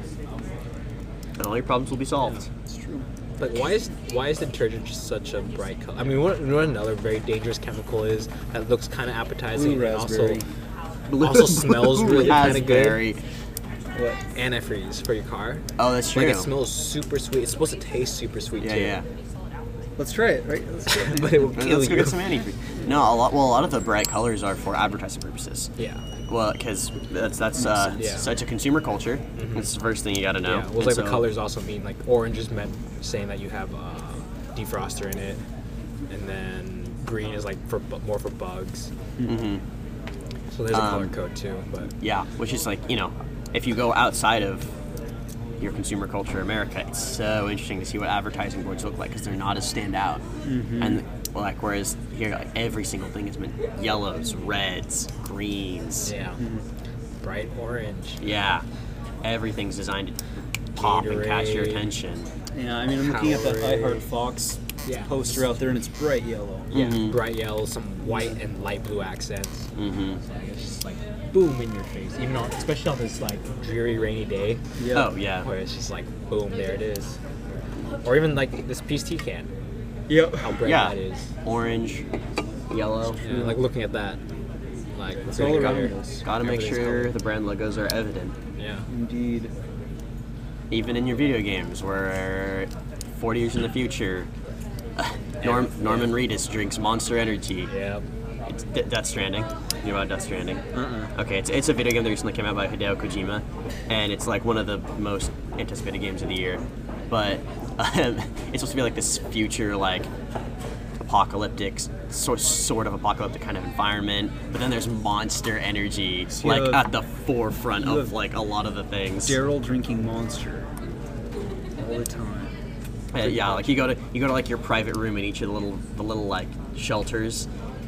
B: And all your problems will be solved.
C: It's true.
A: But why is why is detergent just such a bright color? I mean, what, what another very dangerous chemical is that looks kind of appetizing
C: Blue
A: and also
C: raspberry.
A: Also smells really kinda good.
B: raspberry.
C: What?
A: antifreeze for your car.
B: Oh, that's true.
A: Like it smells super sweet. It's supposed to taste super sweet
B: yeah,
A: too.
B: yeah.
D: Let's try it, right? Let's try it.
A: but it will
B: Let's
A: kill
B: go
A: you.
B: get some antifreeze. No, a lot. Well, a lot of the bright colors are for advertising purposes.
A: Yeah.
B: Well, because that's that's uh,
A: sense. Yeah. Mm-hmm.
B: such a consumer culture. It's the first thing you got to know.
A: Yeah, well,
B: And
A: like the
B: so-
A: colors also mean like orange is meant saying that you have uh, defroster in it, and then green is like for bu- more for bugs. Mm-hmm. So there's a color
B: Um,
A: code too, but
B: Yeah, which is like you know, if you go outside of your consumer culture, America, it's so interesting to see what advertising boards look like because they're not as stand out.
A: Mm-hmm.
B: And like whereas here, like every single thing has been yellows, reds, greens.
A: yeah, bright orange.
B: Yeah, everything's designed to pop and catch your
A: Gatorade.
B: attention.
C: Yeah, I mean, I'm looking at that I Heart Fox
A: Yeah.
C: poster out there, and it's bright yellow.
A: Yeah,
B: Mm-hmm.
A: bright yellow, some white and light blue accents. Mm-hmm. So it's just like boom in your face, even on especially on this like dreary rainy day
C: Yeah.
B: Oh yeah.
A: where it's just like boom, there it is. Or even like this peach tea can,
D: Yep.
A: how bright
B: yeah.
A: that is.
B: Orange, yellow.
A: You know, like looking at that, like it's
C: all around us.
B: Gotta make sure the brand logos are evident,
A: Yeah.
C: Indeed.
B: even in your video games. Where 40 years in the future, Norm, Norman Reedus drinks Monster Energy.
A: Yeah.
B: It's De- Death Stranding. You know about Death Stranding? Uh-uh. Okay, it's, it's a video game that recently came out by Hideo Kojima, and it's like one of the most anticipated games of the year. But um, it's supposed to be like this future, like apocalyptic, sort sort of apocalyptic kind of environment. But then there's monster energy, like
C: have-
B: at the forefront
C: you
B: of
C: have
B: like a lot of the things.
C: Daryl drinking Monster all the time.
B: Uh, yeah, like you go to you go to like your private room in each of the little the little like shelters,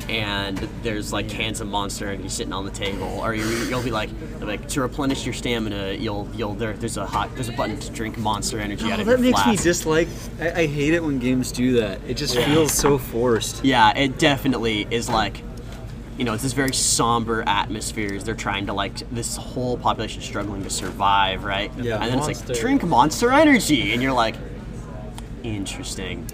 B: and there's like cans of Monster and you're sitting on the table, or you, you'll be like like to replenish your stamina, you'll you'll there, there's a hot there's a button to drink Monster Energy out
C: Oh,
B: of
C: that
B: your
C: makes me
B: flask.
C: dislike. I, I hate it when games do that. It just feels so forced.
B: yeah, it definitely is like. You know, it's this very somber atmosphere. as They're trying to like this whole population struggling to survive, right?
C: Yeah.
B: And then it's
A: Monster.
B: like drink Monster Energy, and you're like, Interesting.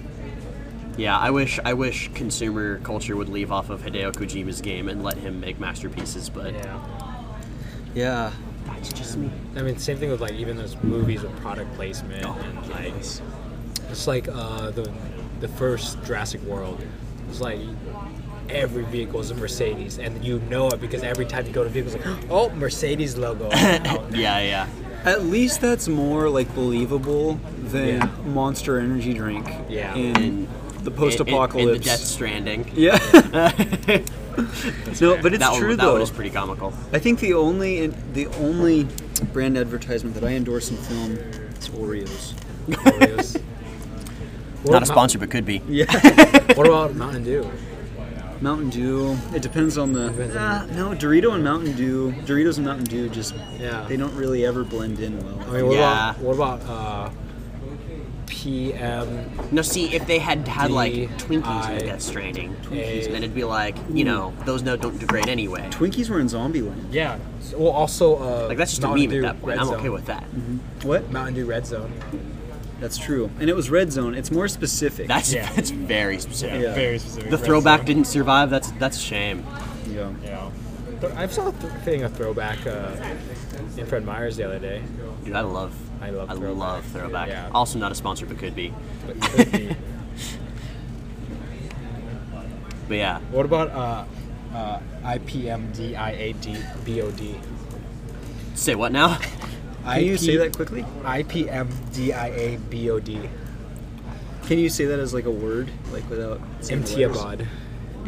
B: Yeah, I wish I wish consumer culture would leave off of Hideo Kojima's game and let him make masterpieces, but
A: Yeah.
C: Yeah.
B: that's just me.
A: I mean, same thing with like even those movies with product placement
C: Oh,
A: and like it's like uh, the the first Jurassic World. It's like every vehicle is a Mercedes, and you know it because every time you go to vehicles, like oh Mercedes logo. out there."
B: Yeah, yeah.
C: At least that's more like believable than
A: Yeah.
C: Monster Energy drink.
A: Yeah.
C: In
B: In- In,
C: the
B: in, in the
C: post-apocalypse.
B: Death Stranding.
C: yeah. no, but it's
B: that
C: true
B: one,
C: though.
B: That one is pretty comical.
C: I think the only the only brand advertisement that I endorse in film is Oreos.
A: Oreos. What
B: Not a
A: about-
B: sponsor, but could be.
C: Yeah,
A: What about Mountain Dew?
C: Mountain Dew. It depends on the.
A: Depends on-
C: Ah, no, Dorito and Mountain Dew. Doritos and Mountain Dew just
A: Yeah.
C: they don't really ever blend in
A: I
C: well.
A: mean, what
B: Yeah.
A: about what about uh, PM?
B: No, see, if they had had like Twinkies in
A: D.I.
B: the Death Stranding,
A: Twinkies.
B: then it'd be like, you know, those no don't degrade anyway.
C: Twinkies were in Zombieland.
A: Yeah. So- Well, also uh,
B: Like that's just
A: Mountain
B: a meme
A: Dew
B: at that point.
A: Red
B: I'm
A: Zone.
B: okay with that.
C: What?
A: Mountain Dew Red Zone.
C: That's true. And it was Red Zone. It's more specific.
B: That's
A: Yeah.
B: that's very specific.
C: Yeah.
A: Very specific.
B: The
A: Red
B: throwback
A: Zone.
B: didn't survive. That's that's a shame.
C: yeah.
A: Yeah. But I saw a th- thing of throwback uh, in Fred Meyer's the other day.
B: Dude, I love.
A: I love
B: I
A: throwback.
B: love throwback.
A: Yeah.
B: Also, not a sponsor, but could be.
A: But could be.
B: But yeah,
A: what about uh, uh, IPMDIAD?
B: say what now?
C: Can you say that quickly?
A: IPMDIABOD.
C: Can you say that as like a word, like without saying the
A: MTIABOD.
C: letters?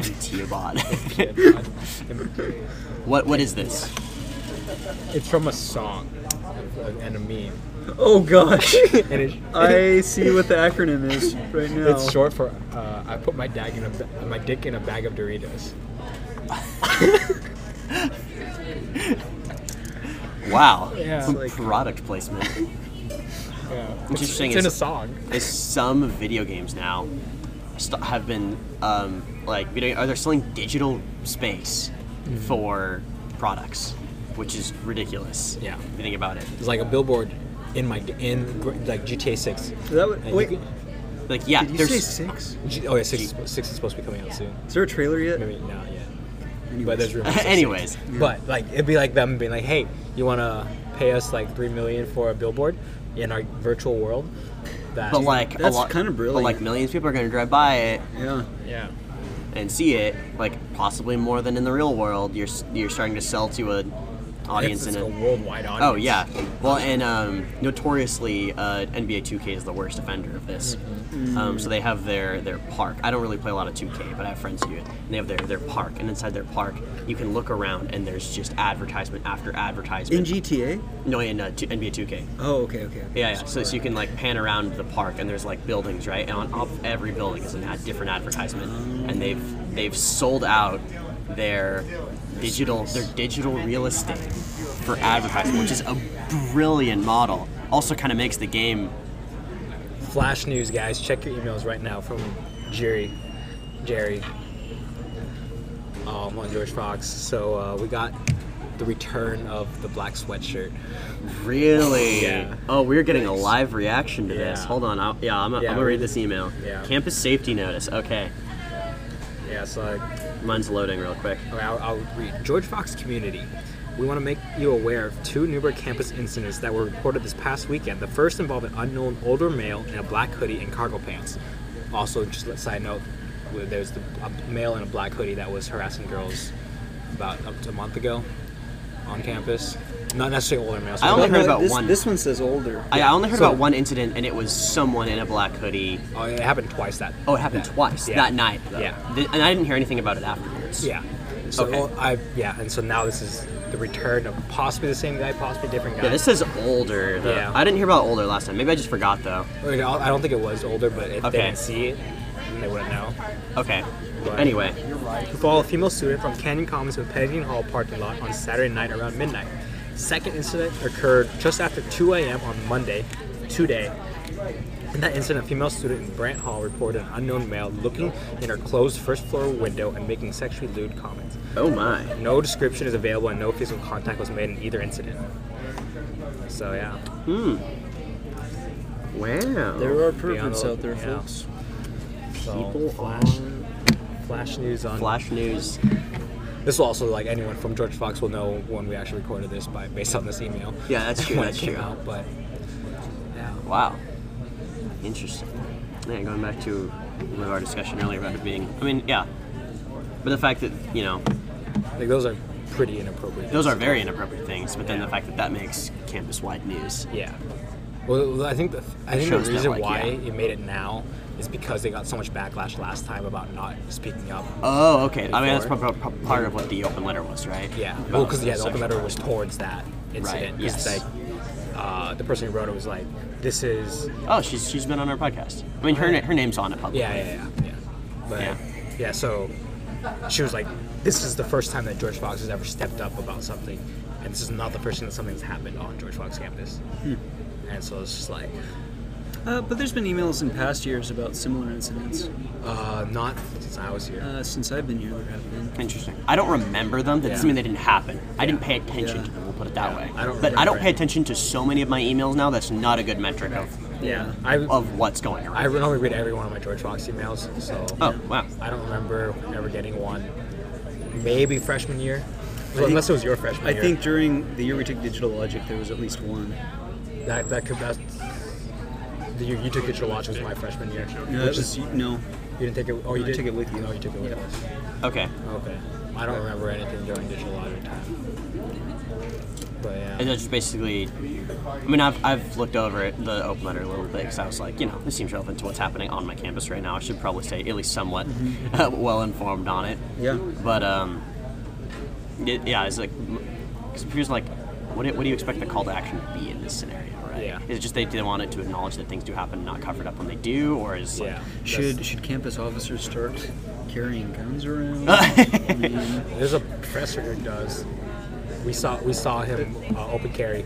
B: Tiabod.
A: Tiabod.
B: what what is this?
A: it's from a song and a meme.
C: Oh gosh.
A: And it,
C: I see what the acronym is right now.
A: it's short for uh, I put my, dag in a ba- my dick in a bag of Doritos.
B: Wow.
A: Yeah.
B: Some
C: It's like-
B: product placement.
A: Yeah.
B: Interesting.
A: It's in a
B: is-
A: song.
B: is some video games now st- have been um, like video are they selling digital space
C: Mm-hmm.
B: for products, which is ridiculous.
A: Yeah.
B: If you think about it.
A: It's like a billboard in my in gr- like GTA Six.
C: That would,
A: And you
C: wait,
A: can-
B: Like yeah,
C: did you
B: there's
C: say six?
A: G- oh yeah, six, is- six is supposed to be coming out soon.
C: Is there a trailer yet?
A: Maybe not yet, but there's rumors. of
B: Anyways.
A: six. but like it'd be like them being like, "Hey, you want to pay us like three million for a billboard in our virtual world?" that.
B: But like
C: That's
B: a lot,
C: kinda
B: But
C: brilliant.
B: like millions of people are going to drive by it
C: Yeah.
D: Yeah.
B: and see it, like possibly more than in the real world. You're s- you're starting to sell to an audience
D: It's,
B: in
D: it's a
B: a
D: worldwide audience.
B: Oh yeah. Well, and um, notoriously, uh, NBA 2K is the worst offender of this. Um, so they have their their park. I don't really play a lot of 2K, but I have friends who do it. And they have their their park, and inside their park, you can look around, and there's just advertisement after
C: In
B: advertisement.
C: GTA?
B: no, in uh, two, NBA 2K.
C: Oh, okay, okay. okay.
B: Yeah, yeah. So, so you can like pan around the park, and there's like buildings, right? And on off every building is an ad different advertisement, and they've they've sold out their digital their digital real estate for advertising, which is a brilliant model. Also, kind of makes the game.
A: Flash news, guys. Check your emails right now from Jerry. Jerry. Um, on George Fox. So uh, we got the return of the black sweatshirt.
B: Really?
A: Yeah.
B: Oh, we're getting a live reaction to this.
A: Yeah.
B: Hold on. I'll, yeah, I'm,
A: Yeah,
B: I'm gonna
A: we-
B: read this email.
A: yeah.
B: Campus safety notice. Okay,
A: Yeah, so like
B: mine's loading real quick.
A: Okay, I'll, I'll read. George Fox Community. We want to make you aware of two Newburgh campus incidents that were reported this past weekend. The first involved an unknown older male in a black hoodie and cargo pants. Also, just a side note, where there's the, a male in a black hoodie that was harassing girls about up to a month ago on campus. Not necessarily older males.
B: I only heard about
C: this,
B: one.
C: This one says older.
B: I I only heard
A: so-
B: about one incident, and it was someone in a black hoodie
A: oh, it happened twice. That
B: Oh, it happened
A: that-
B: twice
A: yeah.
B: that night. Though.
A: Yeah.
B: Th- and I didn't hear anything about it afterwards.
A: Yeah. So
B: Okay.
A: I yeah, and so now this is the return of possibly the same guy, possibly a different guy.
B: Yeah, this is older. Though.
A: Yeah.
B: I didn't hear about older last time. Maybe I just forgot though.
A: I mean, I don't think it was older, but if
B: Okay.
A: they didn't see it, then they wouldn't know.
B: Okay.
A: Right.
B: Anyway,
A: Who followed a female student from Canyon Commons to the Pennington Hall parking lot on Saturday night around midnight. Second incident occurred just after 2 a.m. on Monday, today. In that incident, a female student in Brant Hall reported an unknown male looking in her closed first floor window and making sexually lewd comments.
B: oh my.
A: No description is available and no physical contact was made in either incident. So, yeah.
B: Wow.
C: There are
A: perverts
C: perverts
A: out
C: out
A: there,
C: there,
A: Yeah. folks.
C: folks.
A: So,
B: people
A: flash,
B: on
A: flash news on
B: Flash News.
A: This will also like anyone from George Fox will know when we actually recorded this by based on this email.
B: Yeah, that's true.
A: when
B: That's
A: it came
B: true.
A: out, but yeah,
B: Wow. Interesting. Yeah, going back to with our discussion earlier about it being. I mean, yeah. But the fact that you know
A: like those are pretty inappropriate.
B: those are very inappropriate things, but then the fact that that makes campus-wide news.
A: yeah. Well, I think the I think the
B: Shows that,
A: reason
B: like,
A: why
B: yeah.
A: it made it now is because they got so much backlash last time about not speaking up.
B: Oh, okay. I mean, that's
A: Before.
B: prob- prob- part of what the open letter was, right?
A: Yeah.
B: About
A: Well, because yeah, the open
B: sexual
A: letter was
B: harassment.
A: towards that incident. 'Cause,
B: yes.
A: Like, uh, the person who wrote it was like, "This is
B: Oh, she's she's been on our podcast. I mean, her na- her name's on it publicly.
A: Oh, Yeah, yeah, yeah, yeah. But yeah.
B: Yeah.
A: so she was like, "This is the first time that George Fox has ever stepped up about something, and this is not the first time that something's happened on George Fox campus."
C: Hmm.
A: And so it's just like,
C: Uh, but there's been emails in past years about similar incidents.
A: uh, not since I was here.
C: Uh, since I've been here, there have been.
B: Interesting. I don't remember them. That doesn't
A: Yeah.
B: mean they didn't happen. I didn't pay attention
C: Yeah.
B: to them. We'll put it that way.
A: I don't
B: but I don't
A: remember
B: pay
A: it.
B: attention to so many of my emails now. That's not a good metric of
A: yeah, I
B: of what's going
A: I
B: around.
A: only read every one of my George Fox emails, so
B: oh wow.
A: I don't remember ever getting one. Maybe freshman year,
C: think-
A: unless it was your freshman
C: I
A: year.
C: think during the year we took digital logic, there was at least one.
A: that that could that's the year you took digital watch was my freshman year.
C: No,
A: which
C: that
A: is-
C: was no.
A: you didn't take it. Oh, you
C: I
A: did
C: took it with you.
A: Oh, you took it with
C: Yeah.
A: us.
B: Okay.
A: Okay. I don't remember anything during digital logic time. But
B: And
A: yeah.
B: that's just basically. I mean, I've, I've looked over it, the open letter a little bit because I was like, you know, this seems relevant to what's happening on my campus right now. I should probably stay at least somewhat
A: Mm-hmm.
B: well informed on it.
C: Yeah.
B: But um, it, yeah, it's like because here's like, what do, what do you expect the call to action to be in this scenario, right?
A: Yeah.
B: Is it just they, they want it to acknowledge that things do happen, and not covered up when they do, or is like,
A: Yeah.
C: Should should campus officers start carrying guns around? I mean,
A: There's a professor who does. We saw we saw him uh, open carry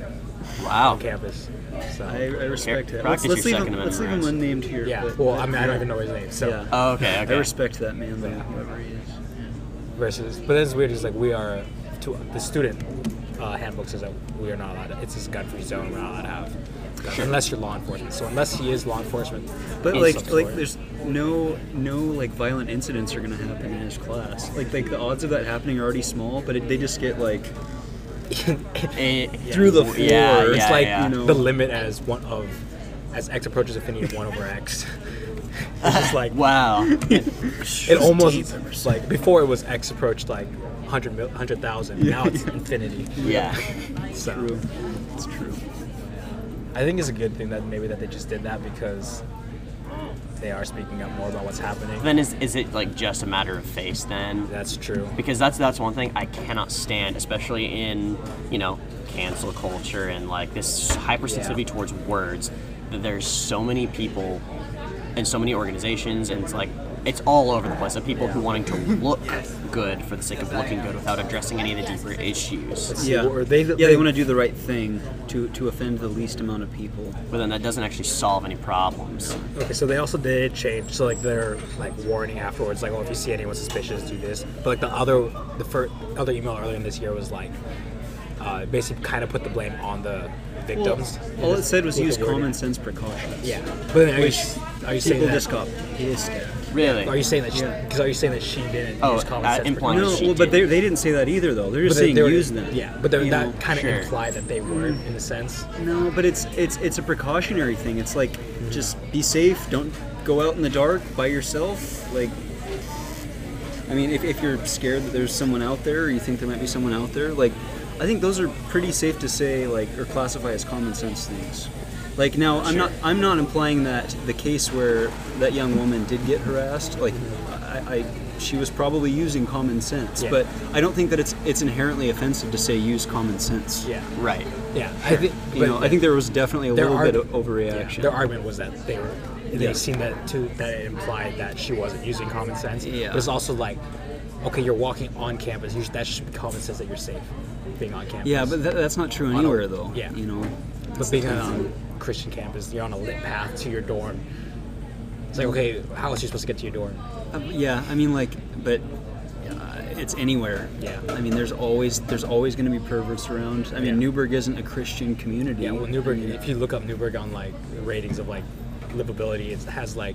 B: wow,
A: on campus. So
C: I, I respect
B: Here,
C: that.
B: practice
C: Let's, let's
B: your
C: leave him,
B: Second
C: let's leave him
B: Amendment
C: unnamed here.
A: yeah.
C: but-
A: Well, I mean, I don't even know his name. So
C: Yeah.
B: Oh, okay,
C: I
B: okay.
C: respect that man though, whoever he is.
A: versus, but it's weird. It's like we are to the student uh, handbook says that we are not allowed. To, it's this gun-free zone. We're not allowed to have. guns, Unless you're law enforcement. So unless he is law enforcement.
C: But
A: of
C: like,
A: some
C: like,
A: sort.
C: there's no, no like violent incidents are gonna happen in his class. Like, like the odds of that happening are already small, but it, they just get like
B: Eh,
C: through the floor.
B: yeah, yeah,
C: It's
A: it's like
B: yeah.
C: you know-
A: the limit as one of as X approaches affinity one over X. it's just like
B: Wow.
A: it almost like before it was X approached like 100 mil, 100,000. Now it's infinity.
B: yeah.
A: So
C: It's true.
A: I think it's a good thing that maybe that they just did that because they are speaking up more about what's happening.
B: Then is is it like just a matter of face then?
A: That's true.
B: because that's that's one thing I cannot stand, especially in you know cancel culture and like this hypersensitivity
A: Yeah.
B: towards words. That there's so many people and so many organizations, and it's like it's all over the place of people who wanting to look good for the sake of looking good without addressing any of the deeper issues.
C: Yeah.
A: Or they-
C: yeah,
A: they-
C: they want to do the right thing to, to offend the least amount of people.
B: But then that doesn't actually solve any problems.
A: Okay, so they also did change. So like their like warning afterwards, like, oh, if you see anyone suspicious, do this. But like the other, the first other email earlier in this year was like, uh, basically kind of put the blame on the victims.
C: All it said was
A: With
C: use
A: the wording.
C: common sense precautions.
A: Yeah, but then are you, are you saying
C: People
A: that?
C: just got pissed at.
B: Really?
A: are you saying that?
C: Yeah.
A: Because are you saying that she didn't
B: Oh,
A: use common
B: uh,
A: sense?
B: implying
A: because-
C: No,
B: she
C: well, but
B: did.
C: they, they didn't say that either, though. They're just saying
A: were-
C: use them.
A: Yeah, but they're-
C: you
A: that
C: know?
A: kind of
B: sure.
A: implied that they were in a sense.
C: No, but it's it's it's a precautionary thing. It's like just be safe. Don't go out in the dark by yourself. Like, I mean, if, if you're scared that there's someone out there, or you think there might be someone out there, like, I think those are pretty safe to say, like, or classify as common sense things. Like now, I'm not I'm not implying that the case where that young woman did get harassed, like, I. I she was probably using common sense,
A: Yeah.
C: but I don't think that it's it's inherently offensive to say use common sense.
A: Yeah,
B: right.
A: yeah. I think.
C: You
A: but
C: know, I think there was definitely a
A: their
C: little bit
A: argu-
C: of overreaction.
A: yeah, their argument was that they were. They
C: Yeah.
A: seemed that too. That it implied that she wasn't using common sense.
C: Yeah.
A: But it's also like, okay, you're walking on campus. You, sh- that should be common sense that you're safe, being on campus.
C: yeah, but tha that's not true
A: a-
C: anywhere, though.
A: yeah.
C: You know,
A: But being on a Christian campus, you're on a lit path to your dorm. It's like, okay, how else are you supposed to get to your dorm?
C: Uh, yeah. I mean, like, but uh, it's anywhere.
A: Yeah.
C: I mean, there's always there's always going to be perverts around. I mean,
A: Yeah.
C: Newburgh isn't a Christian community.
A: Yeah, well, Newberg. If you look up Newberg on like ratings of like livability, it has like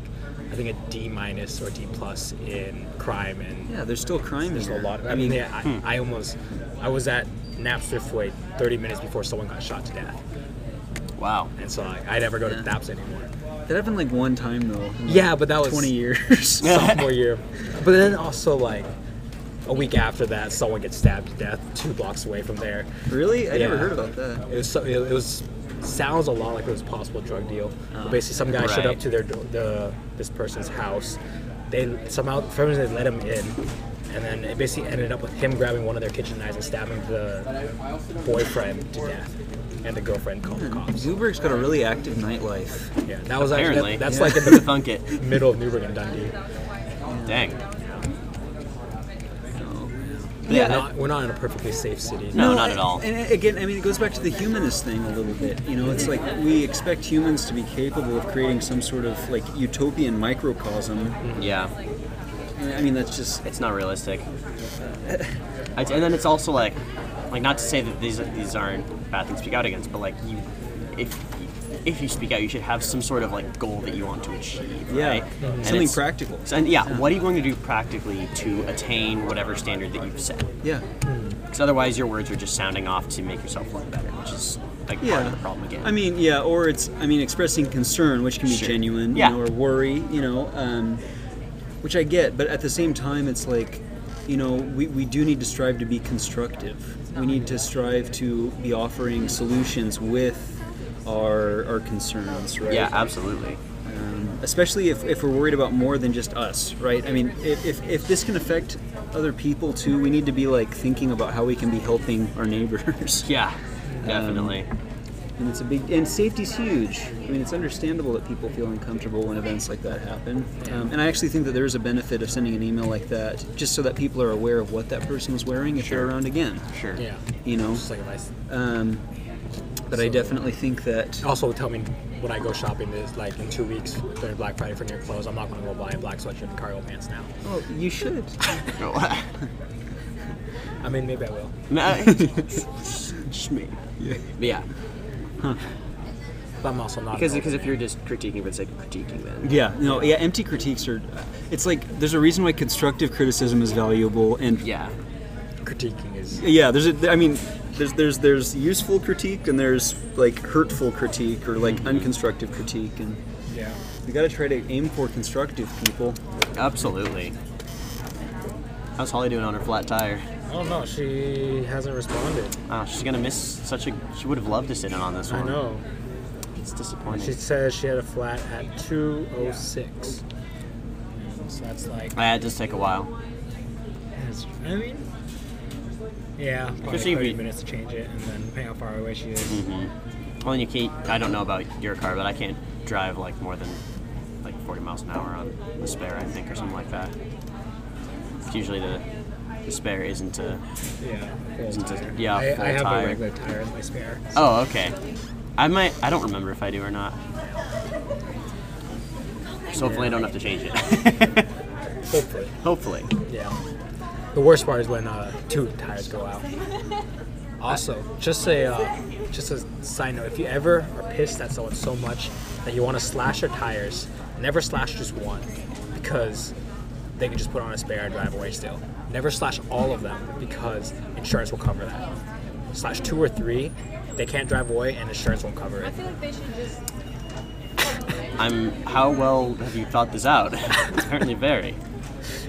A: I think a D minus or D plus in crime and
C: Yeah, there's still crime.
A: there's a
C: here.
A: lot. Of, I mean, yeah, I, I almost I was at Knapp's Driftway 30 minutes before someone got shot to death,
B: Wow.
A: and so like, I never go to
C: Yeah.
A: Knapp's anymore.
C: that happened like one time though. in, like,
A: Yeah, but that was
C: 20 years.
A: sophomore year. But then also like a week after that, someone gets stabbed to death two blocks away from there.
C: really? I
A: Yeah.
C: never heard about that.
A: It was so, it it was sounds a lot like it was a possible drug deal. But basically, some guy showed up
B: Oh, Right.
A: to their do- the this person's house. They somehow for some reason they let him in, and then it basically ended up with him grabbing one of their kitchen knives and stabbing the boyfriend to death, and the girlfriend called the cops.
C: Newburgh's got a really active nightlife.
A: Yeah, that was actually
B: Apparently.
A: that, that's
C: Yeah.
A: like in
B: Who'da
A: the
B: thunk it?
A: middle of Newburgh and Dundee.
B: Dang.
A: Yeah,
B: Yeah.
A: we're not, we're not in a perfectly safe city.
B: No, not
C: I-
B: at all.
C: And I- again, I mean, it goes back to the humanist thing a little bit. You know, it's like we expect humans to be capable of creating some sort of like utopian microcosm.
B: Yeah.
C: And I mean, that's just
B: it's not realistic. I- and then it's also like, like not to say that these these aren't bad things to speak out against, but like you, if if you speak out, you should have some sort of like goal that you want to achieve,
C: yeah,
B: right? And
C: something
B: it's-
C: practical.
B: And yeah, what are you going to do practically to attain whatever standard that you've set?
C: Yeah,
B: Because otherwise, your words are just sounding off to make yourself look better, which is like part of
C: yeah.
B: the problem again.
C: I mean, yeah, or it's I mean, expressing concern, which can be
B: Sure.
C: genuine,
B: Yeah.
C: you know, or worry, you know, um, which I get. But at the same time, it's like, you know, we, we do need to strive to be constructive. We need to strive to be offering solutions with. Our, our concerns, right? Um,
B: yeah, absolutely.
C: especially if, if we're worried about more than just us right i mean if, if, if this can affect other people too we need to be like thinking about how we can be helping our neighbors
B: Yeah,
C: Um,
B: definitely.
C: and it's a big and safety's huge i mean it's understandable that people feel uncomfortable when events like that happen um, and i actually think that there is a benefit of sending an email like that just so that people are aware of what that person was wearing if
B: Sure.
C: they're around again
B: sure.
A: Yeah,
C: you know
A: just like advice.
C: um, but i definitely think that
A: Also, tell me when I go shopping is like in two weeks during Black Friday for new clothes. I'm not going to go buy a black sweatshirt and cargo pants now.
C: oh you should
A: I mean, maybe I will.
B: No, just me. But yeah,
A: But I'm also not.
B: because
A: an
B: because
A: old
B: if you're just critiquing for the sake of critiquing, then
C: Yeah, no, yeah, empty critiques are. It's like there's a reason why constructive criticism is valuable, and
B: yeah,
A: man. critiquing is
C: yeah, there's a. I mean, there's there's there's useful critique and there's like hurtful critique or
B: Mm-hmm.
C: like unconstructive critique, and
A: Yeah.
C: we got to try to aim for constructive people.
B: Absolutely. How's Holly doing on her flat tire?
A: Oh no, she hasn't responded.
B: Oh, she's gonna miss such a. She would have loved to sit in on this one.
A: I know.
B: It's disappointing.
A: She says she had a flat at 206. So that's like,
B: Ah, it does take a while.
A: that's- I mean, yeah, probably
B: she
A: 30
B: be-
A: minutes to change it, and then depending how far away she is.
B: Mm-hmm. Well, and you can't. I don't know about your car, but I can't drive like more than like 40 miles an hour on the spare, I think, or something like that. It's usually the, the spare isn't a.
A: Yeah, full
B: Isn't it-
A: tire.
B: yeah,
A: I,
B: full
A: I have
B: tire.
A: a regular tire as my spare.
B: Oh, okay. I might. I don't remember if I do or not. So hopefully, I don't have to change it.
A: Hopefully.
B: hopefully.
A: Yeah. The worst part is when uh, two tires go out. Also, just a uh, just a side note: if you ever are pissed at someone so much that you want to slash their tires, never slash just one, because they can just put on a spare and drive away still. Never slash all of them because insurance will cover that. Slash two or three, they can't drive away and insurance won't cover it.
B: I'm. How well have you thought this out? Apparently, very.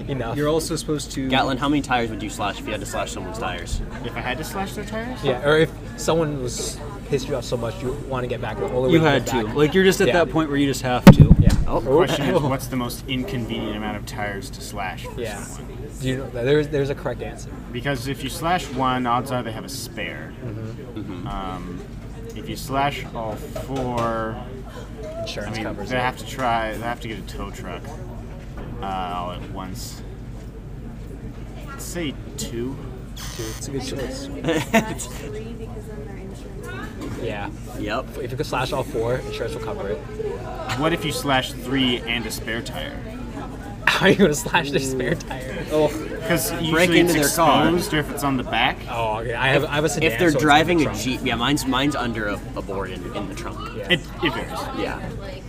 A: Enough.
C: You're also supposed to.
B: Gatlin, how many tires would you slash if you had to slash someone's tires?
E: If I had to slash their tires?
A: yeah, or if someone was pissed you off so much you want to get back, the only way
C: You
A: to get
C: had to.
A: back-
C: Like you're just at
A: Yeah.
C: that point where you just have to.
A: yeah.
B: Oh,
A: Or-
B: question
E: Question is, what's the most inconvenient amount of tires to slash for
A: Yeah.
E: someone?
A: Do you know there's there's a correct answer?
E: Because if you slash one, odds are they have a spare.
B: Mm-hmm.
E: Um, if you slash all four, I
A: Insurance
E: mean,
A: covers
E: they
A: it.
E: have to try. They have to get a tow truck uh, all at once. say two.
A: It's a good choice.
D: three because then their insurance.
A: Yeah.
B: yep.
A: If you could slash all four, insurance will cover it.
E: What if you slash three and a spare tire?
A: How are you gonna slash their spare tire?
E: Because usually
B: into
E: it's
B: their car.
E: exposed, or if it's on the back.
A: Oh, okay. I have I have a sedan.
B: If they're
A: so it's
B: driving
A: in
B: a
A: the trunk.
B: jeep, yeah, mine's mine's under a, a board in, in the trunk.
A: Yeah,
E: It, it varies.
B: Yeah.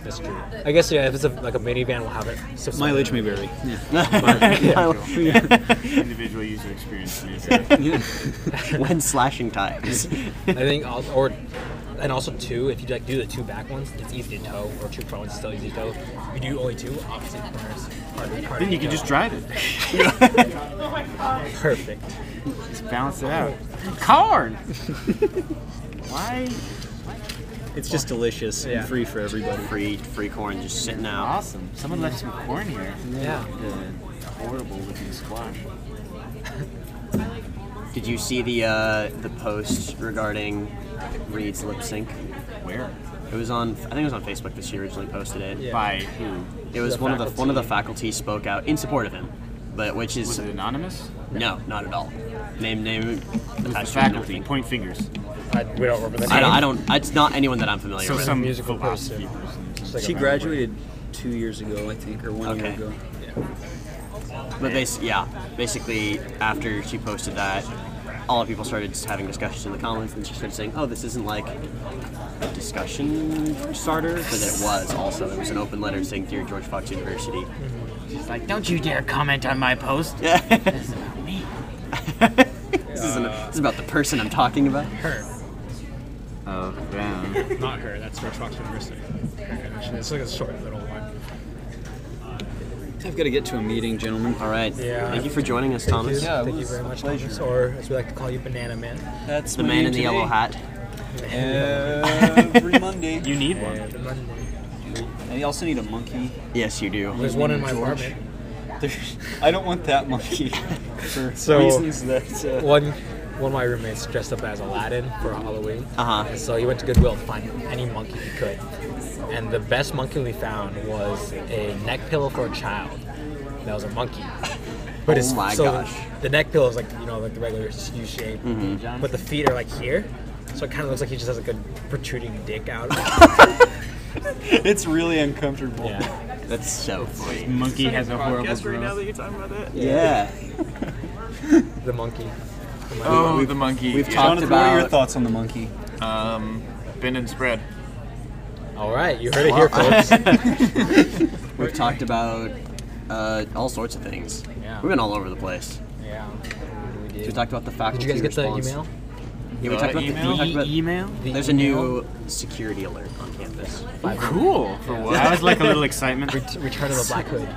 A: that's true. I guess yeah. If it's a, like a minivan, we'll have it. So
C: Mileage may vary. Yeah.
E: Individual user experience. Maybe.
B: when slashing tires.
A: I think I'll, or and also two. If you like do the two back ones, it's easy to tow. Or two front ones, it's still easy to tow. If you do only two, obviously the corners. are- are-
E: Then you can just drive it.
A: perfect.
E: Just balance it out. Corn. Why?
C: It's just delicious
A: Yeah.
C: and free for everybody.
B: free free corn just sitting out.
E: Awesome. Someone left some corn here.
A: Yeah.
E: The horrible looking squash.
B: Did you see the uh, the post regarding Reed's lip sync?
E: Where?
B: It was on I think it was on Facebook that she originally posted it.
A: Yeah.
E: By who?
B: It was
A: The
B: one of the one of the
A: faculty.
B: faculty spoke out in support of him, but which is
E: Was it anonymous?
B: no, not at all. Name name
E: The
B: attached to
E: faculty.
B: nothing.
E: Point fingers.
A: I, we don't remember the
B: I
A: name.
B: don't, I don't. It's not anyone that I'm familiar
E: So
B: with.
E: some
A: musical
E: philosophy person.
A: like
C: She graduated two years ago, I think, or one
B: Okay.
C: year ago.
B: But bas- yeah, basically after she posted that, all the people started just having discussions in the comments, and she started saying, "Oh, this isn't like a discussion starter," but it was also. It was an open letter saying, "Dear George Fox University."
E: She's like, don't you dare comment on my post.
B: Yeah,
E: It's about me.
B: this isn't. This is about the person I'm talking about.
A: Her.
E: Oh, damn.
A: Not her. That's George Fox University. Her, actually. It's like a short little one.
C: I've got to get to a meeting, gentlemen.
B: All right.
A: Yeah.
B: Thank you for joining us, Thomas.
A: Thank you,
C: Yeah, it
A: Thank you
C: was
A: very
C: a
A: much,
C: pleasure.
A: Thomas, or as we like to call you, Banana Man.
C: That's
B: The man in the yellow hat.
C: Every Monday.
E: You need one.
C: And you also need a monkey.
B: Yes, you do.
A: There's one in my apartment.
C: There's- I don't want that monkey for
A: So-
C: reasons that. Uh,
A: One, one of my roommates dressed up as Aladdin for Halloween.
B: Uh-huh.
A: And so he went to Goodwill to find any monkey he could, and the best monkey we found was a neck pillow for a child. That was a monkey. But it's
B: Oh my
A: so
B: gosh.
A: the neck pillow is like you know like the regular U shape,
B: Mm-hmm.
A: but the feet are like here, so it kind of looks like he just has like a protruding dick out.
C: it's really uncomfortable.
A: yeah.
B: That's so funny.
E: Monkey has a horrible growth.
F: you're talking about that?
B: Yeah.
A: The monkey.
F: Oh, the monkey.
B: We've
F: yeah.
B: talked
C: Jonathan, what are your
B: about-
C: thoughts on the monkey?
F: Bend and spread.
A: All right, you heard it here, folks.
B: We've talked about uh, all sorts of things.
A: Yeah.
B: We've been all over the place.
A: yeah.
B: We talked about the faculty
A: Did you guys get the
B: response.
A: email?
B: Yeah, we talked about the- we
G: email?
B: talked about-
E: email?
B: There's a new security alert on campus.
G: Cool. For what?
E: That was like a little excitement.
A: Return of the Black Hood.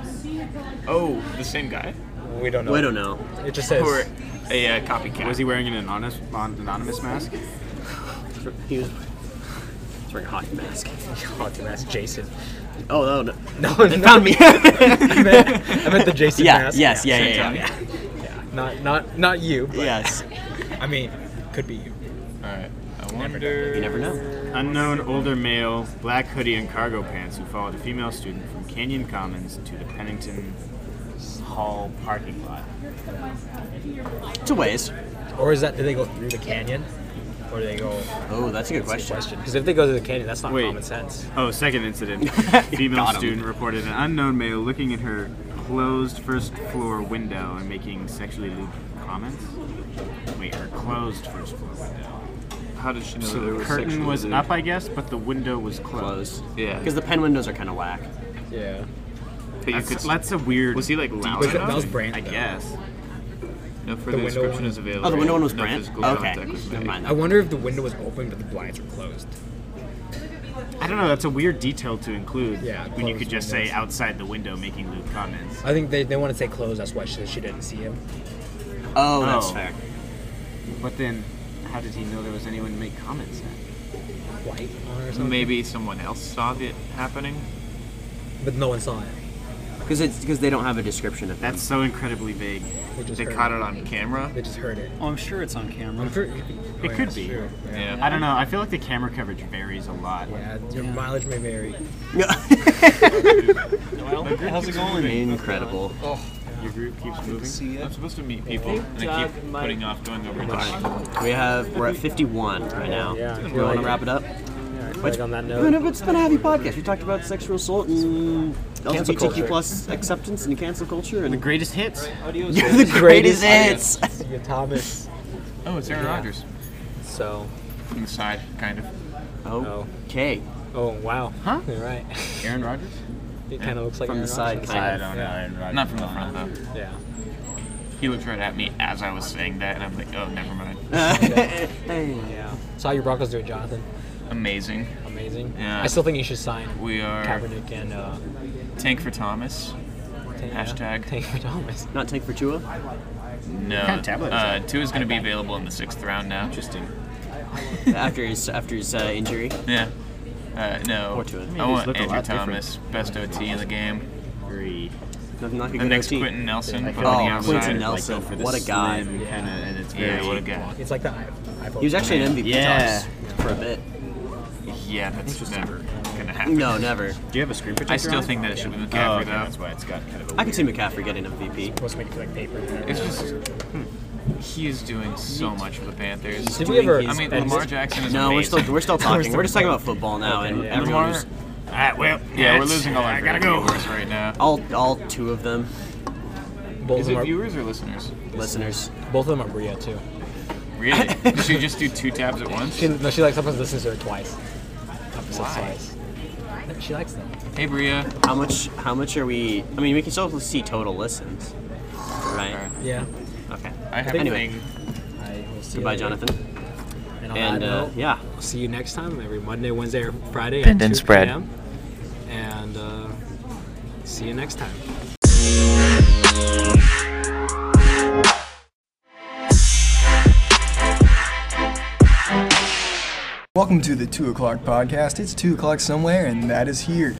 G: Oh, the same guy?
A: We don't know.
B: I don't know.
A: It just says.
G: Or a uh, copycat?
E: Was he wearing an anonymous, an anonymous mask?
B: He was he's wearing a hockey mask.
A: Oh, dude, that's Jason.
B: Oh no, no.
A: No,
B: they
A: no.
B: found me.
A: I meant, I meant the Jason
B: yeah,
A: mask.
B: yes, yeah, yeah, yeah,
A: Not, not, not you. But
B: yes.
A: I mean, could be you.
G: Alright. I wonder.
B: You never know.
E: Unknown older male, black hoodie and cargo pants who followed a female student from Canyon Commons to the Pennington Hall parking lot.
B: Two ways.
A: Or is that? Do they go through the canyon? Or do they go?
B: Oh, that's a good question.
A: Because if they go through the canyon, that's not
E: Wait.
A: common sense.
E: Oh, second incident. Female
B: Got 'em.
E: student reported an unknown male looking at her closed first floor window and making sexually lewd comments. Wait, her closed first floor window.
G: How did she know
E: So
G: there
E: the
G: was
E: curtain
G: sexual
E: was
G: lewd-
E: up, I guess, but the window was closed.
B: Close.
G: Yeah.
B: Because the pen windows are kind of whack.
A: Yeah.
G: But you
E: That's,
G: could.
E: that's a weird.
G: Was he like
E: deep
G: loud
E: cut.
G: enough?
D: That was Brand.
E: I
D: though.
E: guess.
G: No further
A: window
G: description
A: one-
G: is available.
B: Oh, the window one was
G: no
B: Brand.
G: physical
B: Okay.
G: contact was
B: Never
G: made.
B: mind.
D: I wonder if the window was open but the blinds were closed.
E: I don't know. That's a weird detail to include.
D: Yeah,
E: When you could
D: closed
E: just say
D: windows.
E: outside the window making lewd comments.
D: I think they, they wanted to say closed. That's why she, she didn't see him.
B: Oh, that's
E: Oh.
B: fair.
E: But then, how did he know there was anyone to make comments at?
D: White on or something.
G: Maybe someone else saw it happening.
D: But no one saw it.
B: Because it's because they don't have a description of that.
E: That's so incredibly vague.
D: They just
G: They
D: heard
G: caught it on camera.
D: They just heard it.
C: Oh, I'm sure it's on camera.
D: I'm pretty,
A: oh,
E: It could be.
G: Yeah.
E: I don't know. I feel like the camera coverage varies a lot.
D: Yeah, your mileage may vary.
C: How's it going?
B: Incredible.
E: Your group keeps moving.
C: See
G: I'm
C: it?
G: supposed to meet people, and I
B: Doug,
G: keep
B: Mike.
G: putting off going over to Mike.
B: We have we're at 51 right now.
A: Yeah, I
B: We
A: feel
B: want to
A: like-
B: wrap it up.
A: Like on that
B: It's been,
A: note,
B: a, it's been a heavy podcast. We talked about sexual assault and
A: Cancel culture.
B: LGBTQ plus acceptance and cancel culture and
E: The greatest hits.
B: You're the greatest hits.
A: yeah, Thomas.
G: Oh, it's Aaron
A: Yeah.
G: Rodgers.
A: So,
G: Inside, kind of.
B: Okay.
A: oh wow.
E: Huh?
A: You're right.
E: Aaron Rodgers?
A: It kind of looks like
B: From the
A: Aaron
B: side,
A: Rodgers.
B: kind
E: I
B: of.
E: don't know.
A: Yeah.
E: Aaron Rodgers.
G: Not from the front though.
A: Yeah.
G: He looked right at me as I was saying that, and I'm like, oh, never mind.
A: Yeah. Saw your Broncos doing, Jonathan.
G: Amazing.
A: Amazing.
G: Yeah.
A: I still think you should sign
G: We are
A: Kaepernick and uh,
G: tank for Thomas.
A: Tank-
G: Hashtag.
A: Tank for Thomas.
B: Not tank for Tua.
G: No,
E: kind of tablet is
G: uh, two is going to be available in the sixth round now. Interesting.
B: after his after his uh, injury.
G: Yeah. Uh, no.
B: Poor Tua. I mean,
G: I
E: these
G: want
E: look a
G: Andrew
E: lot different.
G: Thomas, best OT in the game.
E: Three.
B: Nothing like a
G: The
B: good
G: next
B: OT.
G: Quentin Nelson,
E: I
G: but
E: feel
B: Oh,
G: on the
E: like
G: outside.
B: Quentin Nelson,
E: Like, go for the
B: what a guy.
E: slim Kinda, and it's
G: Yeah,
E: very
G: what a guy.
D: It's like the i- iPhone.
B: He was actually an MVP
E: Yeah.
B: to us for a bit.
G: Yeah, that's never going to happen.
B: No, never.
E: Do you have a screen protector?
G: I still
E: on?
G: think that it should be
E: Oh,
G: McCaffrey
E: okay,
G: though.
E: that's why it's got kind of a
B: I could
E: weird-
B: see McCaffrey getting MVP.
D: supposed to make it feel like paper.
G: It's just he is doing so much for the Panthers.
A: Did we ever?
G: I mean, Lamar Jackson is
B: No, we're
G: amazing.
B: still we're still talking. we're just talking about football now, and
A: yeah.
B: everyone
G: Lamar.
B: was-
E: All right, well,
G: Yeah, we're
E: that's-
G: losing all our
E: I gotta
G: great
E: go.
G: viewers right now.
B: all all two of them
A: both, of
G: Is
A: them
G: it
A: are,
G: viewers or listeners?
B: listeners.
A: both of them are Bria too.
G: Really? Did she just do two tabs at once?
A: She, no, she like sometimes listens to her twice. Episodes
G: Why?
A: twice. She likes them.
G: Hey, Bria.
B: How much how much are we? I mean, we can still see total listens, right?
A: Yeah.
B: Okay.
G: I have
B: Anyway.
G: a thing.
A: I will see you
B: Goodbye,
A: later.
B: Jonathan.
A: And, on
B: And
A: that
B: uh,
A: note,
B: yeah,
A: see you next time every Monday, Wednesday, or Friday.
G: Bend
A: at
G: and
A: 2
G: spread.
A: p.m.. And uh, see you next time.
H: Welcome to the 2 o'clock podcast. It's 2 o'clock somewhere, and that is here.